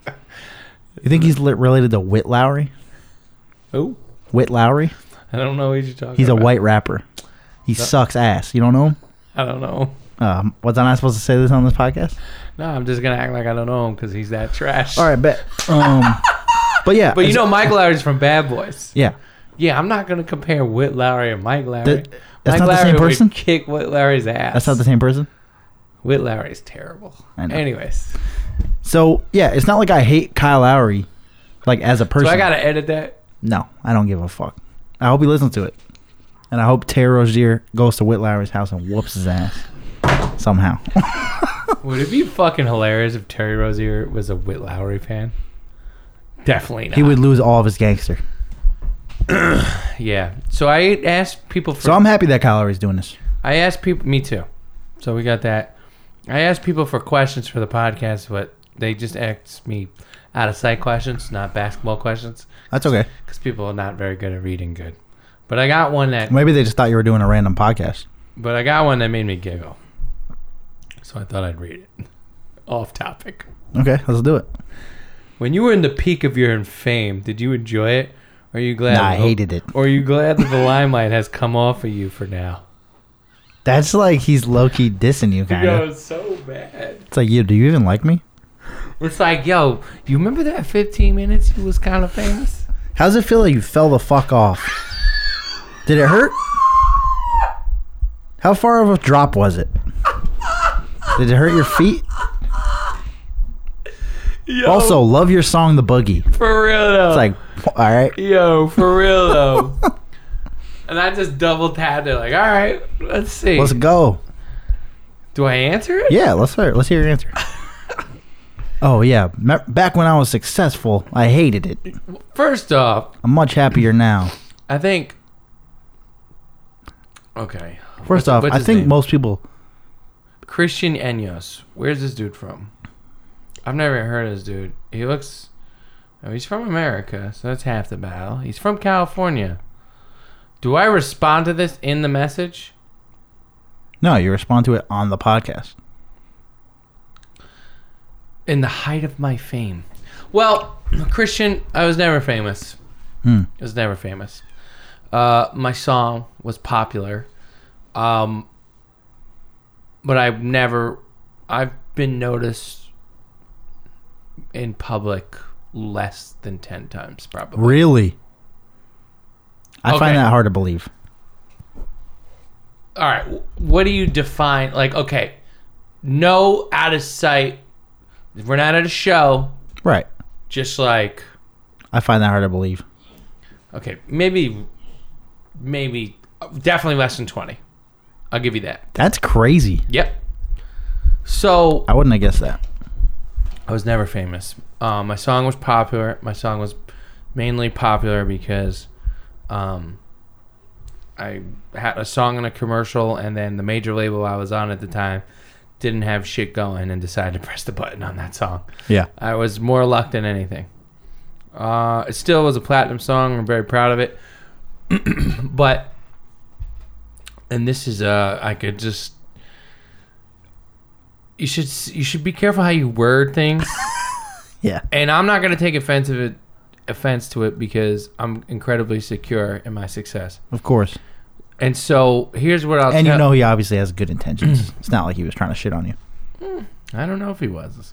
Speaker 2: You think he's li- related to Whit Lowry?
Speaker 1: Oh.
Speaker 2: Whit Lowry?
Speaker 1: I don't know what you're talking
Speaker 2: He's a
Speaker 1: about.
Speaker 2: white rapper. He sucks ass. You don't know him?
Speaker 1: I don't know.
Speaker 2: Um, was I not supposed to say this on this podcast?
Speaker 1: No, I'm just gonna act like I don't know him because he's that trash.
Speaker 2: All right, bet. Um, but yeah,
Speaker 1: But you
Speaker 2: it's-
Speaker 1: know, Mike Lowry's from Bad Boys.
Speaker 2: yeah,
Speaker 1: Yeah, I'm not gonna compare Whit Lowry and Mike Lowry.
Speaker 2: That-
Speaker 1: Mike
Speaker 2: that's not the
Speaker 1: Lowry
Speaker 2: same
Speaker 1: would
Speaker 2: person?
Speaker 1: kick Whit Lowry's ass.
Speaker 2: that's not the same person.
Speaker 1: Whit Lowry's terrible.
Speaker 2: I know.
Speaker 1: Anyways,
Speaker 2: So yeah, it's not like I hate Kyle Lowry, like as a person.
Speaker 1: so I gotta edit that.
Speaker 2: no, I don't give a fuck. I hope he listens to it, and I hope Terry Rozier goes to Whit Lowry's house and whoops his ass somehow.
Speaker 1: Would it be fucking hilarious if Terry Rozier was a Whit Lowry fan? Definitely not.
Speaker 2: he would lose all of his gangster.
Speaker 1: Yeah. So I asked people for.
Speaker 2: So I'm happy that Kyle Lowry's doing this.
Speaker 1: I asked people. Me too. So we got that. I asked people for questions for the podcast, but they just asked me out of sight questions, not basketball questions.
Speaker 2: That's okay.
Speaker 1: because people are not very good at reading good. But I got one that,
Speaker 2: Maybe they just thought you were doing a random podcast.
Speaker 1: but I got one that made me giggle. So I thought I'd read it. Off topic.
Speaker 2: Okay, let's do it.
Speaker 1: When you were in the peak of your fame, did you enjoy it? Or are you glad?
Speaker 2: Nah, I hated it.
Speaker 1: Or are you glad that the limelight has come off of you for now?
Speaker 2: That's like he's low key dissing you,
Speaker 1: He
Speaker 2: kind of.
Speaker 1: goes so bad.
Speaker 2: It's like, you, do you even like me?
Speaker 1: It's like, yo, you remember that 15 minutes you was kind of famous?
Speaker 2: How's it feel that you fell the fuck off? Did it hurt? How far of a drop was it? Did it hurt your feet?
Speaker 1: Yo,
Speaker 2: Also, love your song, The Boogie. It's
Speaker 1: for real though.
Speaker 2: like, all right.
Speaker 1: yo, for real though. and I just double tapped it, like, all right, let's see.
Speaker 2: Let's go.
Speaker 1: Do I answer it?
Speaker 2: Yeah, let's hear. Let's hear your answer. Oh yeah, Me- back when I was successful, I hated it.
Speaker 1: First off,
Speaker 2: I'm much happier now.
Speaker 1: I think. Okay.
Speaker 2: First
Speaker 1: What's-
Speaker 2: off,
Speaker 1: what's
Speaker 2: I
Speaker 1: his
Speaker 2: think
Speaker 1: name?
Speaker 2: most people.
Speaker 1: Christian Enyos. Where's this dude from? I've never heard of this dude. He looks. Oh, he's from America, so that's half the battle. He's from California. Do I respond to this in the message?
Speaker 2: No, you respond to it on the podcast.
Speaker 1: In the height of my fame. Well, Christian, I was never famous.
Speaker 2: Hmm.
Speaker 1: I was never famous. Uh, my song was popular. Um, but I've never. I've been noticed in public less than 10 times, probably.
Speaker 2: Really, I
Speaker 1: Okay.
Speaker 2: find that hard to believe.
Speaker 1: all right wh- what do you define like okay no out of sight if we're not at a show
Speaker 2: Right,
Speaker 1: just like
Speaker 2: I find that hard to believe.
Speaker 1: okay maybe maybe definitely less than 20 i'll give you that
Speaker 2: That's crazy.
Speaker 1: yep so
Speaker 2: I wouldn't have guessed that.
Speaker 1: I was never famous. Um, my song was popular. My song was mainly popular because um, I had a song in a commercial, and then the major label I was on at the time didn't have shit going and decided to press the button on that song.
Speaker 2: Yeah.
Speaker 1: I was more luck than anything. Uh, it still was a platinum song. I'm very proud of it. but, and this is uh, I could just. You should s- you should be careful how you word things,
Speaker 2: Yeah.
Speaker 1: and I'm not gonna take offense of it, offense to it because I'm incredibly secure in my success.
Speaker 2: Of course.
Speaker 1: And so here's what I'll
Speaker 2: And
Speaker 1: tell
Speaker 2: you know he obviously has good intentions.
Speaker 1: Mm.
Speaker 2: it's not like he was trying to shit on you.
Speaker 1: I don't know if he was.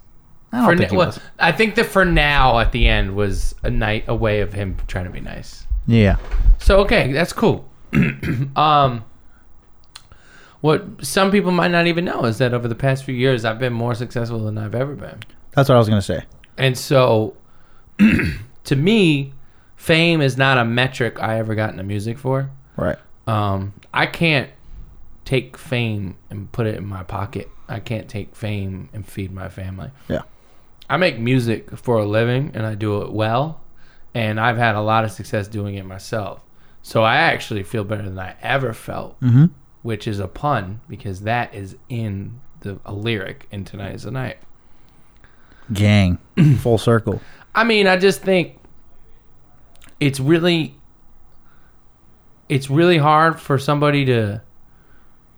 Speaker 2: I don't
Speaker 1: For
Speaker 2: think
Speaker 1: na-
Speaker 2: he
Speaker 1: well,
Speaker 2: was.
Speaker 1: I think the for now at the end was a night a way of him trying to be nice.
Speaker 2: Yeah.
Speaker 1: So okay, that's cool. um, what some people might not even know is that over the past few years, I've been more successful than I've ever been,
Speaker 2: That's what I was gonna say.
Speaker 1: and so to me, fame is not a metric I ever got into music for.
Speaker 2: Right.
Speaker 1: Um, I can't take fame and put it in my pocket. I can't take fame and feed my family.
Speaker 2: Yeah.
Speaker 1: I make music for a living and I do it well, and I've had a lot of success doing it myself. So I actually feel better than I ever felt,
Speaker 2: Mhm.
Speaker 1: which is a pun because that is in the a lyric in Tonight is the Night.
Speaker 2: Gang. Full circle.
Speaker 1: I mean, I just think it's really it's really hard for somebody to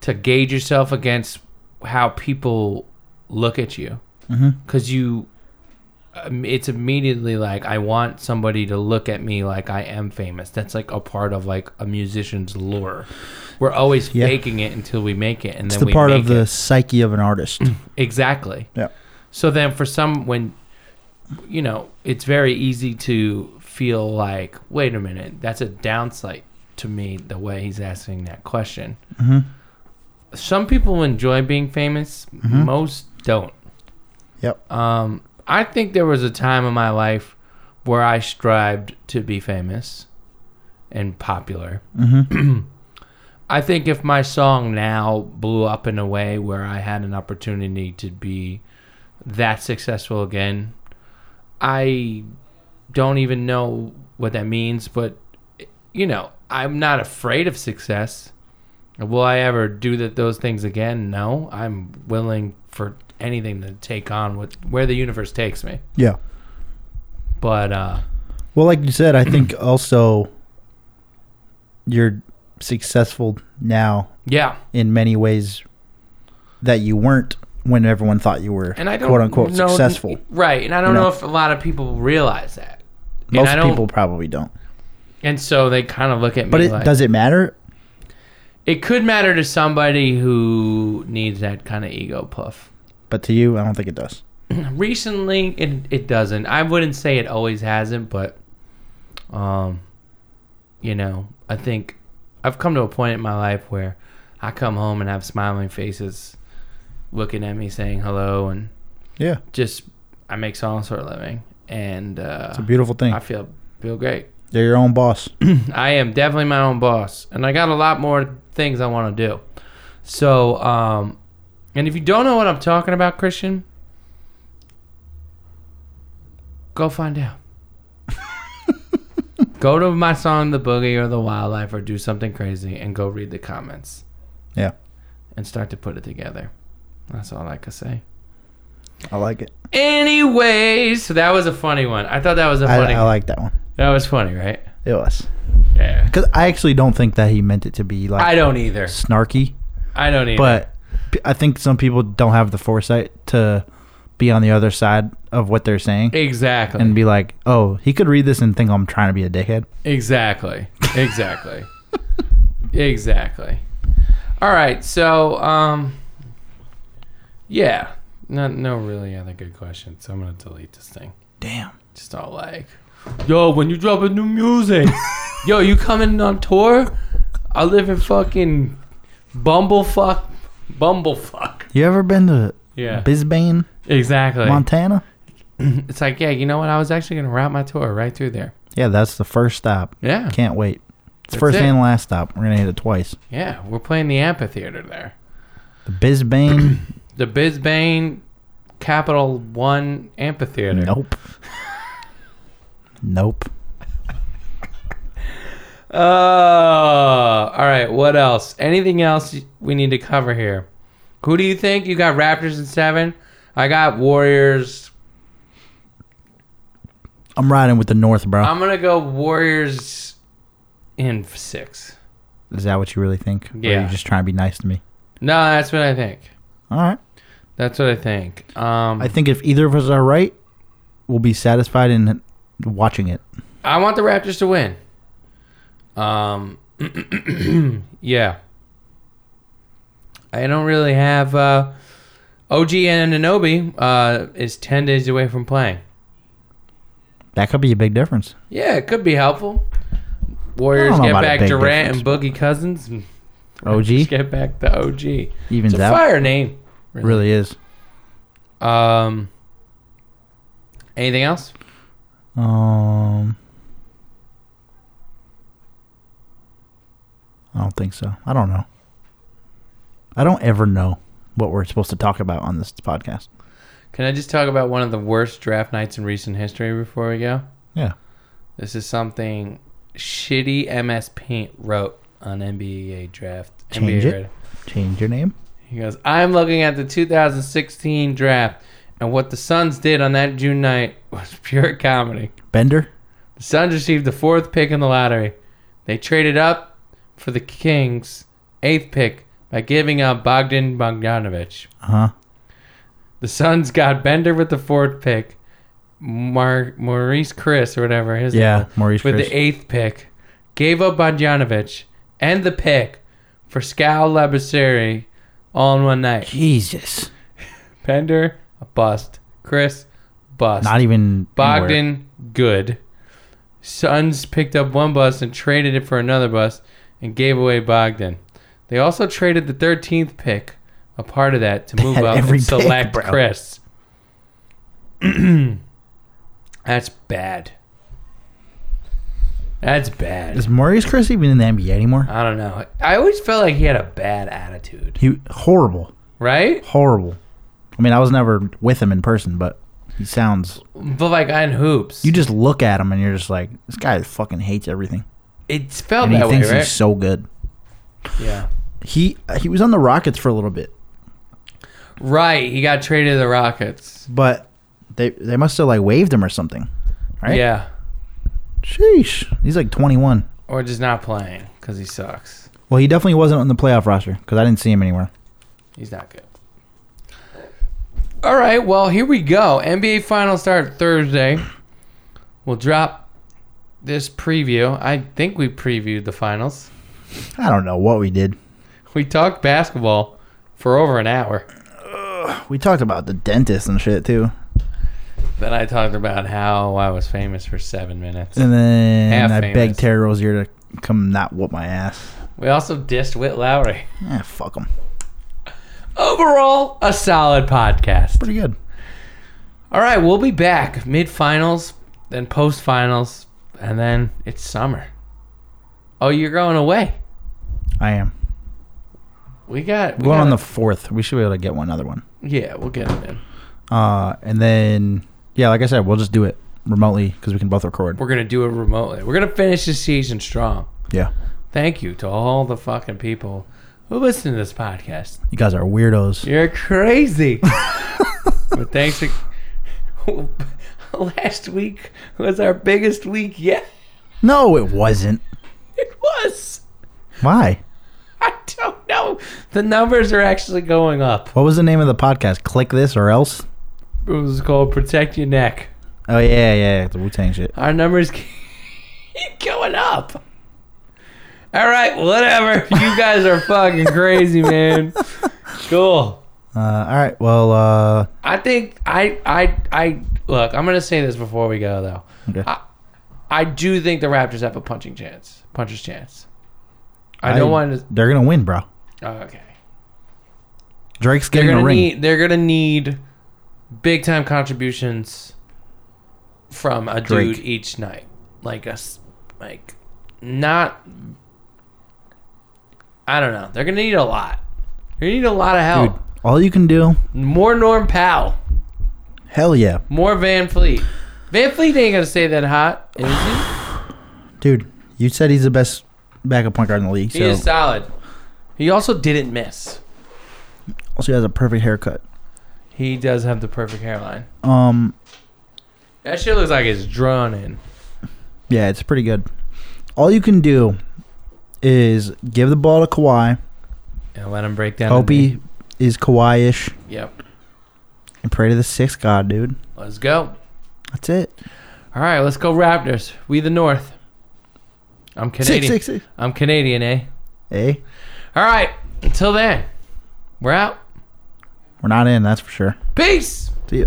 Speaker 1: to gauge yourself against how people look at you
Speaker 2: Mhm.
Speaker 1: because you um, it's immediately like i want somebody to look at me like i am famous that's like a part of like a musician's lore we're always
Speaker 2: Yeah.
Speaker 1: faking it until we make it and
Speaker 2: It's
Speaker 1: then
Speaker 2: the
Speaker 1: we
Speaker 2: part
Speaker 1: make
Speaker 2: of the
Speaker 1: it. Mm.
Speaker 2: psyche of an artist.
Speaker 1: exactly
Speaker 2: Yeah.
Speaker 1: so then for some when you know, it's very easy to feel like, wait a minute, that's a downside to me the way he's asking that question.
Speaker 2: Mhm.
Speaker 1: Some people enjoy being famous, most don't.
Speaker 2: Mm-hmm. Yep.
Speaker 1: Um, I think there was a time in my life where I strived to be famous and popular.
Speaker 2: Mm-hmm.
Speaker 1: I think if my song now blew up in a way where I had an opportunity to be that successful again, I don't even know what that means, but you know, I'm not afraid of success. Will I ever do that those things again? No. I'm willing for anything to take on what where the universe takes me.
Speaker 2: Yeah.
Speaker 1: But uh
Speaker 2: Well, like you said, I
Speaker 1: Mm.
Speaker 2: think also you're successful now
Speaker 1: yeah.
Speaker 2: in many ways that you weren't when everyone thought you were
Speaker 1: And I don't
Speaker 2: quote unquote
Speaker 1: know,
Speaker 2: successful.
Speaker 1: Right. And I don't
Speaker 2: You know?
Speaker 1: know if a lot of people realize that. And
Speaker 2: Most
Speaker 1: I don't-
Speaker 2: people probably don't.
Speaker 1: And so they kind of look at me
Speaker 2: But it
Speaker 1: like,
Speaker 2: does it matter?
Speaker 1: It could matter to somebody who needs that kind of ego puff.
Speaker 2: But to you, I don't think it does.
Speaker 1: Recently, it it doesn't. I wouldn't say it always hasn't, but um, you know, I think I've come to a point in my life where I come home and have smiling faces looking at me, saying hello, and
Speaker 2: Yeah,
Speaker 1: just I make songs for a living, and uh,
Speaker 2: it's a beautiful thing.
Speaker 1: I feel feel great.
Speaker 2: They're your own boss.
Speaker 1: I am definitely my own boss, and I got a lot more things I want to do. So, um, and if you don't know what I'm talking about, Christian, go find out. go to my song "The Boogie" or "The Wildlife" or do something crazy, and go read the comments.
Speaker 2: Yeah.
Speaker 1: and start to put it together. That's all I could say.
Speaker 2: I like it.
Speaker 1: Anyways, so that was a funny one. I thought that was a
Speaker 2: I,
Speaker 1: funny.
Speaker 2: I like that one.
Speaker 1: that was funny, right?
Speaker 2: It was
Speaker 1: Yeah.
Speaker 2: because I actually don't think that he meant it to be like
Speaker 1: I don't either.
Speaker 2: snarky,
Speaker 1: I don't either.
Speaker 2: but p- I think some people don't have the foresight to be on the other side of what they're saying
Speaker 1: Exactly.
Speaker 2: and be like, "Oh, he could read this and think I'm trying to be a dickhead."
Speaker 1: exactly. Exactly. exactly. All right. So, um, yeah, no, no, really other good questions. So I'm gonna delete this thing.
Speaker 2: Damn.
Speaker 1: Just all like, yo, when you dropping new music, yo, you coming on tour? I live in fucking bumblefuck, bumblefuck.
Speaker 2: You ever been to
Speaker 1: Yeah.
Speaker 2: Bisbane,
Speaker 1: Exactly.
Speaker 2: Montana?
Speaker 1: it's like, yeah, you know what? I was actually gonna route my tour right through there.
Speaker 2: Yeah, that's the first stop.
Speaker 1: Yeah.
Speaker 2: Can't wait. It's
Speaker 1: That's
Speaker 2: first
Speaker 1: it.
Speaker 2: and last stop. We're gonna hit it twice.
Speaker 1: Yeah, we're playing the amphitheater there.
Speaker 2: The Bisbane.
Speaker 1: The Bisbane Capital One Amphitheater.
Speaker 2: nope. nope.
Speaker 1: Oh, all right. What else? Anything else we need to cover here? Who do you think? You got Raptors in seven. I got Warriors.
Speaker 2: I'm riding with the North, bro.
Speaker 1: I'm gonna go Warriors in six.
Speaker 2: Is that what you really think? Or are
Speaker 1: Yeah.
Speaker 2: you just trying to be nice to me?
Speaker 1: No, that's what I think.
Speaker 2: All right.
Speaker 1: That's what I think. Um,
Speaker 2: I think if either of us are right, we'll be satisfied in watching it.
Speaker 1: I want the Raptors to win. Um, yeah. I don't really have uh, OG and Ananobi uh, is ten days away from playing.
Speaker 2: That could be a big difference.
Speaker 1: Yeah, it could be helpful. Warriors
Speaker 2: know
Speaker 1: get
Speaker 2: about a
Speaker 1: back
Speaker 2: big
Speaker 1: Durant
Speaker 2: difference,
Speaker 1: and Boogie Cousins. and
Speaker 2: OG?
Speaker 1: Raptors get back the OG.
Speaker 2: Evens
Speaker 1: It's a
Speaker 2: out.
Speaker 1: fire name.
Speaker 2: Really is.
Speaker 1: Um. Anything else?
Speaker 2: Um. I don't think so. I don't know. I don't ever know what we're supposed to talk about on this podcast.
Speaker 1: Can I just talk about one of the worst draft nights in recent history before we go?
Speaker 2: Yeah.
Speaker 1: This is something shitty MS Paint wrote on NBA draft. NBA
Speaker 2: Change it.
Speaker 1: Radar.
Speaker 2: Change your name.
Speaker 1: He goes, I'm looking at the 2016 draft, and what the Suns did on that June night was pure comedy.
Speaker 2: Bender.
Speaker 1: The Suns received the fourth pick in the lottery. They traded up for the Kings' eighth pick by giving up Bogdan Bogdanovich.
Speaker 2: Uh huh.
Speaker 1: The Suns got Bender with the fourth pick, Mar- Maurice Chris or whatever his name
Speaker 2: Yeah. Maurice
Speaker 1: with
Speaker 2: Chris.
Speaker 1: the eighth pick, gave up Bogdanovich and the pick for Scal Labaseri all in one night.
Speaker 2: Jesus.
Speaker 1: Pender, a bust. Chris, bust.
Speaker 2: Not even anywhere.
Speaker 1: Bogdan, good. Suns picked up one bus and traded it for another bus and gave away Bogdan. They also traded the 13th pick, a part of that, to move
Speaker 2: had
Speaker 1: up
Speaker 2: every
Speaker 1: and
Speaker 2: pick,
Speaker 1: select
Speaker 2: bro.
Speaker 1: Chris. That's bad. That's bad.
Speaker 2: Is Maurice Chris even in the NBA anymore?
Speaker 1: I don't know. I always felt like he had a bad attitude,
Speaker 2: He horrible,
Speaker 1: right?
Speaker 2: horrible. I mean, I was never with him in person, but he sounds.
Speaker 1: But like on hoops,
Speaker 2: You just look at him and you're just like, this guy fucking hates everything,
Speaker 1: it felt
Speaker 2: and he
Speaker 1: that way,
Speaker 2: thinks
Speaker 1: right?
Speaker 2: he's so good.
Speaker 1: yeah,
Speaker 2: He he was on the Rockets for a little bit,
Speaker 1: right. He got traded to the Rockets.
Speaker 2: but they they must have like waived him or something, right?
Speaker 1: Yeah,
Speaker 2: Sheesh. He's like 21.
Speaker 1: or just not playing because he sucks.
Speaker 2: Well, he definitely wasn't on the playoff roster because I didn't see him anywhere.
Speaker 1: He's not good. All right, well here we go. NBA finals start Thursday. We'll drop this preview. I think we previewed the finals.
Speaker 2: I don't know what we did.
Speaker 1: We talked basketball for over an hour.
Speaker 2: We talked about the dentist and shit too,
Speaker 1: Then I talked about how I was famous for seven minutes.
Speaker 2: and then
Speaker 1: Half
Speaker 2: I
Speaker 1: famous.
Speaker 2: begged Terry Rozier to come not whoop my ass.
Speaker 1: We also dissed Whit Lowry.
Speaker 2: Yeah, fuck him.
Speaker 1: Overall, a solid podcast.
Speaker 2: Pretty good.
Speaker 1: All right, we'll be back mid finals, then post finals, and then it's summer. Oh, you're going away.
Speaker 2: I am
Speaker 1: We got we
Speaker 2: going
Speaker 1: got
Speaker 2: on
Speaker 1: a-
Speaker 2: the fourth. We should be able to get one other one.
Speaker 1: yeah. We'll get it in.
Speaker 2: Uh, and then yeah, like I said, we'll just do it remotely because we can both record.
Speaker 1: We're gonna do it remotely. We're gonna finish this season strong.
Speaker 2: Yeah,
Speaker 1: Thank you to all the fucking people who listen to this podcast.
Speaker 2: you guys are weirdos.
Speaker 1: You're crazy. but thanks. To, last week was our biggest week yet.
Speaker 2: No, it wasn't.
Speaker 1: It was.
Speaker 2: Why?
Speaker 1: I don't know. The numbers are actually going up.
Speaker 2: What was the name of the podcast? Click this or else.
Speaker 1: It was called Protect Your Neck.
Speaker 2: Oh yeah, yeah, yeah, the Wu Tang shit.
Speaker 1: Our numbers keep going up. All right, whatever. You guys are fucking crazy, man. Cool.
Speaker 2: Uh, all right, well, uh,
Speaker 1: I think I I I look. I'm gonna say this before we go though.
Speaker 2: okay.
Speaker 1: I, I do think the Raptors have a punching chance. Puncher's chance. I don't
Speaker 2: I-
Speaker 1: want to.
Speaker 2: they're gonna win, bro.
Speaker 1: oh, okay.
Speaker 2: Drake's
Speaker 1: They're
Speaker 2: getting
Speaker 1: gonna
Speaker 2: a ring.
Speaker 1: need. They're gonna need big time contributions from a
Speaker 2: Drake.
Speaker 1: dude each night. Like us. Like not. I don't know. They're gonna need a lot. They need a lot of
Speaker 2: Dude,
Speaker 1: help.
Speaker 2: all you can do,
Speaker 1: More Norm Powell.
Speaker 2: hell yeah,
Speaker 1: More Van Fleet. Van Fleet ain't gonna stay that hot, is he?
Speaker 2: dude. You said he's the best backup point guard in the league.
Speaker 1: He
Speaker 2: So
Speaker 1: is solid. He also didn't miss.
Speaker 2: also has a perfect haircut.
Speaker 1: He does have the perfect hairline.
Speaker 2: Um,
Speaker 1: That shit looks like it's drawn in.
Speaker 2: yeah, it's pretty good. All you can do is give the ball to Kawhi.
Speaker 1: And let him break down. the
Speaker 2: Hope
Speaker 1: knee.
Speaker 2: he is Kawhi-ish,
Speaker 1: Yep.
Speaker 2: and pray to the sixth god, dude.
Speaker 1: Let's go.
Speaker 2: That's it.
Speaker 1: All right, let's go Raptors. We the North. I'm Canadian.
Speaker 2: Six, six, six.
Speaker 1: I'm Canadian, eh?
Speaker 2: Hey,
Speaker 1: All right. Until then, we're out.
Speaker 2: we're not in. That's for sure.
Speaker 1: Peace.
Speaker 2: See ya.